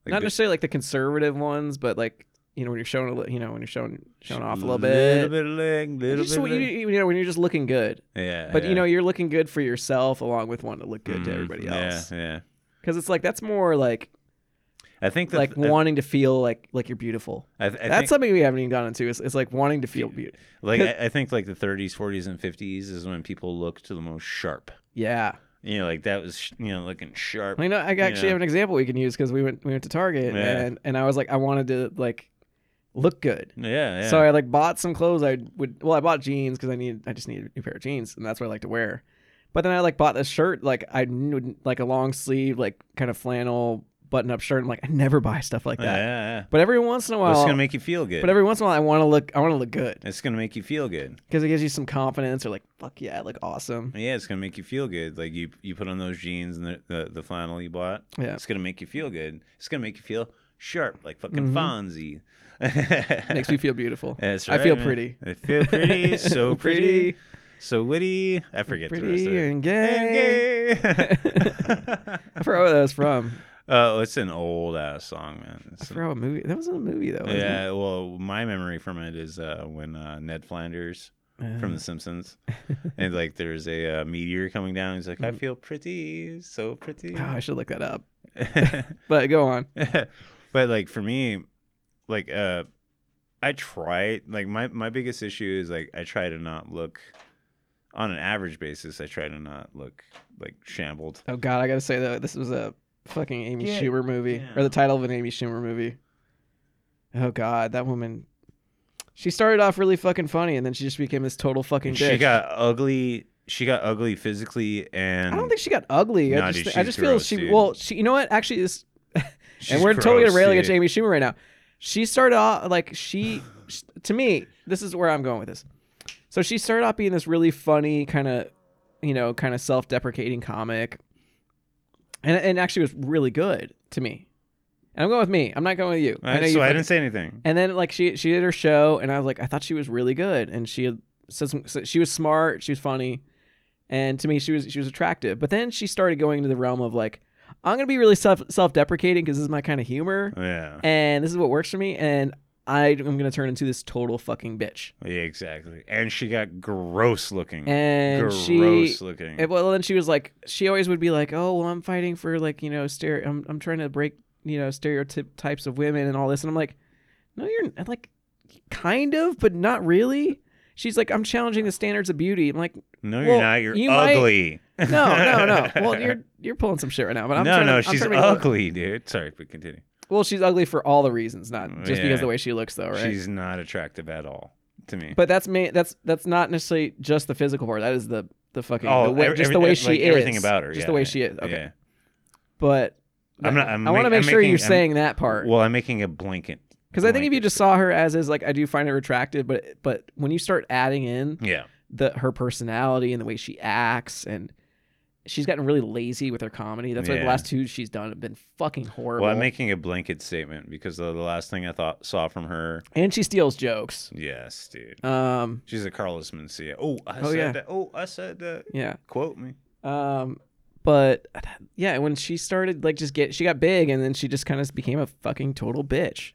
Speaker 2: like
Speaker 1: not
Speaker 2: the-
Speaker 1: necessarily like the conservative ones, but like you know when you're showing a li- you know when you're showing showing off a little
Speaker 2: little
Speaker 1: bit.
Speaker 2: bit of leg, little
Speaker 1: Just
Speaker 2: bit.
Speaker 1: when
Speaker 2: of
Speaker 1: you,
Speaker 2: leg.
Speaker 1: you know when you're just looking good,
Speaker 2: Yeah,
Speaker 1: but
Speaker 2: yeah.
Speaker 1: you know you're looking good for yourself along with wanting to look good to
Speaker 2: Mhm,
Speaker 1: everybody else.
Speaker 2: Yeah, yeah.
Speaker 1: Because it's like that's more like
Speaker 2: I think that
Speaker 1: like wanting to feel like like you're beautiful.
Speaker 2: I, I
Speaker 1: that's
Speaker 2: think,
Speaker 1: something we haven't even gotten into. It's, it's like wanting to feel beautiful.
Speaker 2: like I, I think like the 30s, 40s, and 50s is when people looked the most sharp.
Speaker 1: Yeah,
Speaker 2: You know, like that was sh- you know looking sharp.
Speaker 1: I know. I actually
Speaker 2: Yeah.
Speaker 1: have an example we can use because we went we went to Target
Speaker 2: Yeah.
Speaker 1: and and I was like I wanted to like look good.
Speaker 2: Yeah, yeah.
Speaker 1: So I like bought some clothes. I would well, I bought jeans because I need I just need a new pair of jeans, and that's what I like to wear. But then I like bought this shirt, like I knew like a long sleeve, like kind of flannel button up shirt. I'm like I never buy stuff like
Speaker 2: yeah,
Speaker 1: that.
Speaker 2: yeah, yeah.
Speaker 1: But every once in a
Speaker 2: But it's
Speaker 1: while,
Speaker 2: gonna make you feel good.
Speaker 1: but every once in a while, I want to look I want to look good
Speaker 2: it's gonna make you feel good.
Speaker 1: because it gives you some confidence or like fuck yeah, I look awesome.
Speaker 2: Yeah, it's gonna make you feel good. Like you, you put on those jeans and the the, the flannel you bought.
Speaker 1: Yeah.
Speaker 2: it's gonna make you feel good. It's gonna make you feel sharp, like fucking
Speaker 1: Mhm.
Speaker 2: Fonzie.
Speaker 1: Makes me feel beautiful.
Speaker 2: That's
Speaker 1: I
Speaker 2: right,
Speaker 1: feel
Speaker 2: man.
Speaker 1: pretty.
Speaker 2: I feel pretty. So pretty. So witty. I forget the rest of
Speaker 1: pretty
Speaker 2: it.
Speaker 1: and gay. I forgot where that was from.
Speaker 2: oh, it's an old ass song, man.
Speaker 1: I
Speaker 2: It's
Speaker 1: forgot what movie. That wasn't a movie though. wasn't
Speaker 2: yeah, well, my memory from it is uh, when uh, Ned Flanders
Speaker 1: it? Uh,
Speaker 2: from The Simpsons, and like there's a uh, meteor coming down. He's like, "I
Speaker 1: Mhm.
Speaker 2: feel pretty, so pretty."
Speaker 1: Oh, I should look that up. But go on.
Speaker 2: but like for me, like uh, I try like my my biggest issue is like I try to not look on an average basis. I try to not look like shambled.
Speaker 1: Oh God, I gotta say though, this was a fucking Amy
Speaker 2: Get
Speaker 1: Schumer movie, or the
Speaker 2: down.
Speaker 1: title of an Amy Schumer movie. Oh God, that woman. She started off really fucking funny, and then she just became this total fucking
Speaker 2: She
Speaker 1: dick.
Speaker 2: got ugly. She got ugly physically, and
Speaker 1: I don't think she got ugly.
Speaker 2: Nah,
Speaker 1: I just,
Speaker 2: dude,
Speaker 1: I
Speaker 2: she's
Speaker 1: just feel
Speaker 2: gross,
Speaker 1: she.
Speaker 2: dude.
Speaker 1: Well, she, you know what? Actually, this
Speaker 2: she's
Speaker 1: and we're totally gonna
Speaker 2: gross,
Speaker 1: rail
Speaker 2: dude.
Speaker 1: against Amy Schumer right now. She started off like she, sh- to me, this is where I'm going with this. So she started off being this really funny kind of, you know, kind of self-deprecating comic, and and actually was really good to me. And I'm going with me. I'm not going with you.
Speaker 2: I,
Speaker 1: you.
Speaker 2: so I
Speaker 1: fucking-
Speaker 2: didn't say anything.
Speaker 1: and then like she she did her show, and I was like, I thought she was really good, and she had said some, so she was smart, she was funny, and to me she was she was attractive. But then she started going into the realm of like, I'm gonna be really self self deprecating because this is my kind of humor,
Speaker 2: Yeah.
Speaker 1: and this is what works for me, and I am gonna turn into this total fucking bitch.
Speaker 2: Yeah, exactly. And she got gross looking.
Speaker 1: And
Speaker 2: gross
Speaker 1: she
Speaker 2: looking.
Speaker 1: And, well, then she was like, she always would be like, oh, well, I'm fighting for like, you know, stere- I'm, I'm trying to break, you know, stereotypes of women and all this. And I'm like, no, you're I'm like, kind of, but not really. She's like, I'm challenging the standards of beauty. I'm like,
Speaker 2: no,
Speaker 1: well,
Speaker 2: you're not. You're
Speaker 1: you might-
Speaker 2: ugly.
Speaker 1: no, no, no. Well, you're you're pulling some shit right now, but I'm
Speaker 2: no,
Speaker 1: trying
Speaker 2: no,
Speaker 1: to, I'm
Speaker 2: she's
Speaker 1: trying to make it look-
Speaker 2: ugly, dude. Sorry, but continue.
Speaker 1: well, she's ugly for all the reasons, not just because
Speaker 2: Mm, Yeah.
Speaker 1: of the way she looks, though, right?
Speaker 2: She's not attractive at all to me.
Speaker 1: But that's ma- that's that's not necessarily just the physical part. That is the the fucking
Speaker 2: Oh,
Speaker 1: the way,
Speaker 2: every-
Speaker 1: just the way
Speaker 2: every-
Speaker 1: she
Speaker 2: like,
Speaker 1: is.
Speaker 2: everything about her,
Speaker 1: Just
Speaker 2: yeah,
Speaker 1: the way
Speaker 2: yeah,
Speaker 1: she is. Okay.
Speaker 2: Yeah.
Speaker 1: but
Speaker 2: I'm not- I'm
Speaker 1: want to
Speaker 2: make-
Speaker 1: make
Speaker 2: I'm
Speaker 1: sure
Speaker 2: making-
Speaker 1: you're
Speaker 2: I'm-
Speaker 1: saying that part
Speaker 2: Well, I'm making a blanket.
Speaker 1: because I think if you
Speaker 2: blanket
Speaker 1: just saw her as is, like I do find her attractive, but but when you start adding in
Speaker 2: Yeah.
Speaker 1: the her personality and the way she acts and she's gotten really lazy with her comedy. That's why the
Speaker 2: Yeah.
Speaker 1: last two she's done have been fucking horrible.
Speaker 2: Well, I'm making a blanket statement because the, the last thing I thought saw from her.
Speaker 1: and she steals jokes.
Speaker 2: Yes, dude.
Speaker 1: Um,
Speaker 2: She's a Carlos Mencia. Oh, I
Speaker 1: Oh,
Speaker 2: said
Speaker 1: yeah.
Speaker 2: that. Oh, I said that.
Speaker 1: yeah.
Speaker 2: Quote me.
Speaker 1: Um, but yeah, when she started like just get she got big and then she just kind of became a fucking total bitch.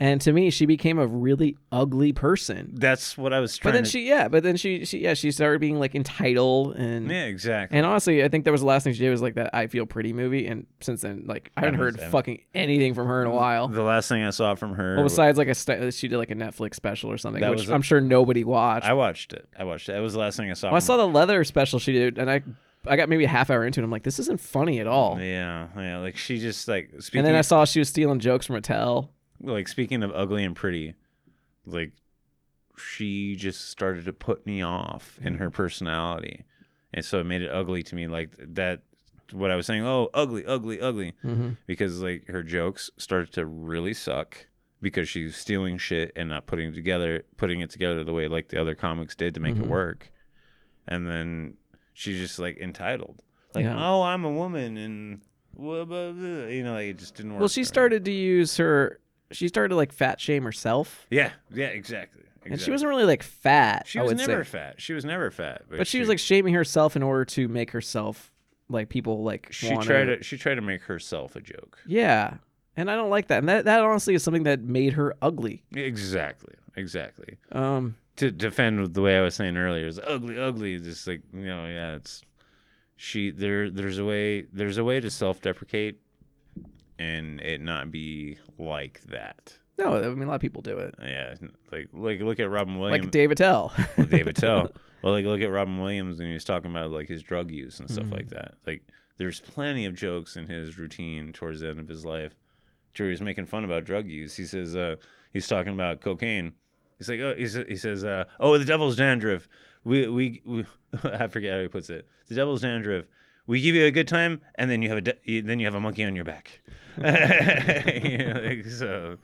Speaker 1: And to me, she became a really ugly person.
Speaker 2: That's what I was trying
Speaker 1: But then
Speaker 2: to.
Speaker 1: she, yeah, but then she, she, yeah, she started being like entitled and,
Speaker 2: yeah, exactly.
Speaker 1: and honestly, I think that was the last thing she did was like that I Feel Pretty movie. And since then, like, I haven't
Speaker 2: That
Speaker 1: heard
Speaker 2: was-
Speaker 1: fucking anything from her in a while.
Speaker 2: The last thing I saw from her.
Speaker 1: Well,
Speaker 2: was-
Speaker 1: besides like a, st- uh, she did like a Netflix special or something,
Speaker 2: That
Speaker 1: which
Speaker 2: was a-
Speaker 1: I'm sure nobody watched.
Speaker 2: I watched it. I watched it. That was the last thing I saw.
Speaker 1: Well, Oh, I
Speaker 2: from
Speaker 1: saw the leather special she did and I, I got maybe a half hour into it. I'm like, this isn't funny at all.
Speaker 2: Yeah, yeah. Like she just like speaking.
Speaker 1: And then I
Speaker 2: of-
Speaker 1: saw she was stealing jokes from Mattel.
Speaker 2: like speaking of ugly and pretty, like she just started to put me off in her personality, and so it made it ugly to me. Like that, what I was saying. Oh, ugly, ugly, ugly.
Speaker 1: Mm-hmm.
Speaker 2: Because like her jokes started to really suck because she's stealing shit and not putting it together, putting it together the way like the other comics did to make
Speaker 1: Mhm.
Speaker 2: it work, and then she's just like entitled. Like,
Speaker 1: Yeah.
Speaker 2: oh, I'm a woman, and blah, blah, blah," you know, like it just didn't work.
Speaker 1: Well, she
Speaker 2: for her.
Speaker 1: started to use her, she started to like fat shame herself.
Speaker 2: Yeah, yeah, exactly. exactly.
Speaker 1: And she wasn't really like fat.
Speaker 2: She
Speaker 1: I
Speaker 2: was
Speaker 1: would say.
Speaker 2: never fat. She was never fat. But,
Speaker 1: but she, was like shaming herself in order to make herself like people like
Speaker 2: she
Speaker 1: want
Speaker 2: tried
Speaker 1: her.
Speaker 2: to she tried to make herself a joke.
Speaker 1: yeah and i don't like that and that, that honestly is something that made her ugly
Speaker 2: Exactly, exactly.
Speaker 1: um
Speaker 2: To defend the way I was saying earlier is ugly, ugly. Just like you know, yeah, it's she. There, there's a way. There's a way to self-deprecate, and it not be like that.
Speaker 1: no i mean a lot of people do it
Speaker 2: Yeah, like like look at Robin Williams.
Speaker 1: like dave attell
Speaker 2: with David Tell. Well, like look at Robin Williams when he was talking about like his drug use and stuff
Speaker 1: Mhm.
Speaker 2: like that. Like there's plenty of jokes in his routine towards the end of his life Drew was making fun about drug use. He says uh, he's talking about cocaine. He's like, oh, he, sa- he says, uh, oh, the devil's dandruff. We, we, we I forget how he puts it. The devil's dandruff. We give you a good time, and then you have a de- you- then you have a monkey on your back. You know, like, so,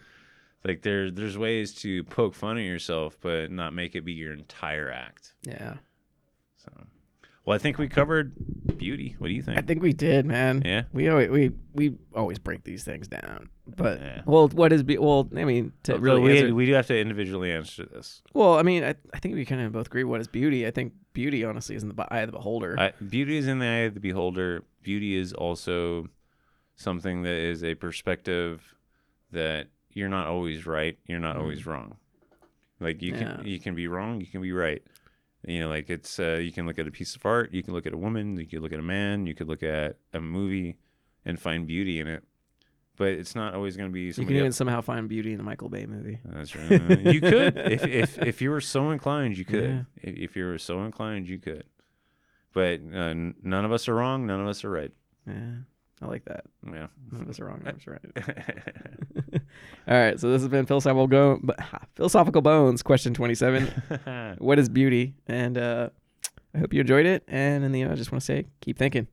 Speaker 2: like there, there's ways to poke fun at yourself, but not make it be your entire act.
Speaker 1: Yeah.
Speaker 2: So, well, I think we covered beauty. What do you think?
Speaker 1: I think we did, man.
Speaker 2: Yeah.
Speaker 1: We always we we always break these things down. But
Speaker 2: Yeah.
Speaker 1: well, what is be- well? I mean, to
Speaker 2: But
Speaker 1: really
Speaker 2: we,
Speaker 1: answer-
Speaker 2: we do have to individually answer this.
Speaker 1: well, I mean, I, I think we kind of both agree. What is beauty? I think beauty, honestly, is in the b- eye of the beholder.
Speaker 2: I, beauty is in the eye of the beholder. Beauty is also something that is a perspective that you're not always right. You're not always wrong. Like you
Speaker 1: Mm-hmm. Yeah.
Speaker 2: can you can be wrong. You can be right. You know, like it's uh, you can look at a piece of art. You can look at a woman. You can look at a man. You could look at a movie and find beauty in it. But it's not always going to be.
Speaker 1: you
Speaker 2: Somebody
Speaker 1: can even
Speaker 2: else-
Speaker 1: somehow find beauty in the Michael Bay movie.
Speaker 2: That's right. you could if, if if you were so inclined, you could.
Speaker 1: Yeah.
Speaker 2: If, if you were so inclined, you could. But uh, n- none of us are wrong. None of us are right.
Speaker 1: Yeah, I like that.
Speaker 2: Yeah.
Speaker 1: None of us are wrong. none of us are right. All right, so this has been philosophical, go- but, philosophical bones. Question twenty-seven: What is beauty? And uh, I hope you enjoyed it. And in the end, I just want to say, keep thinking.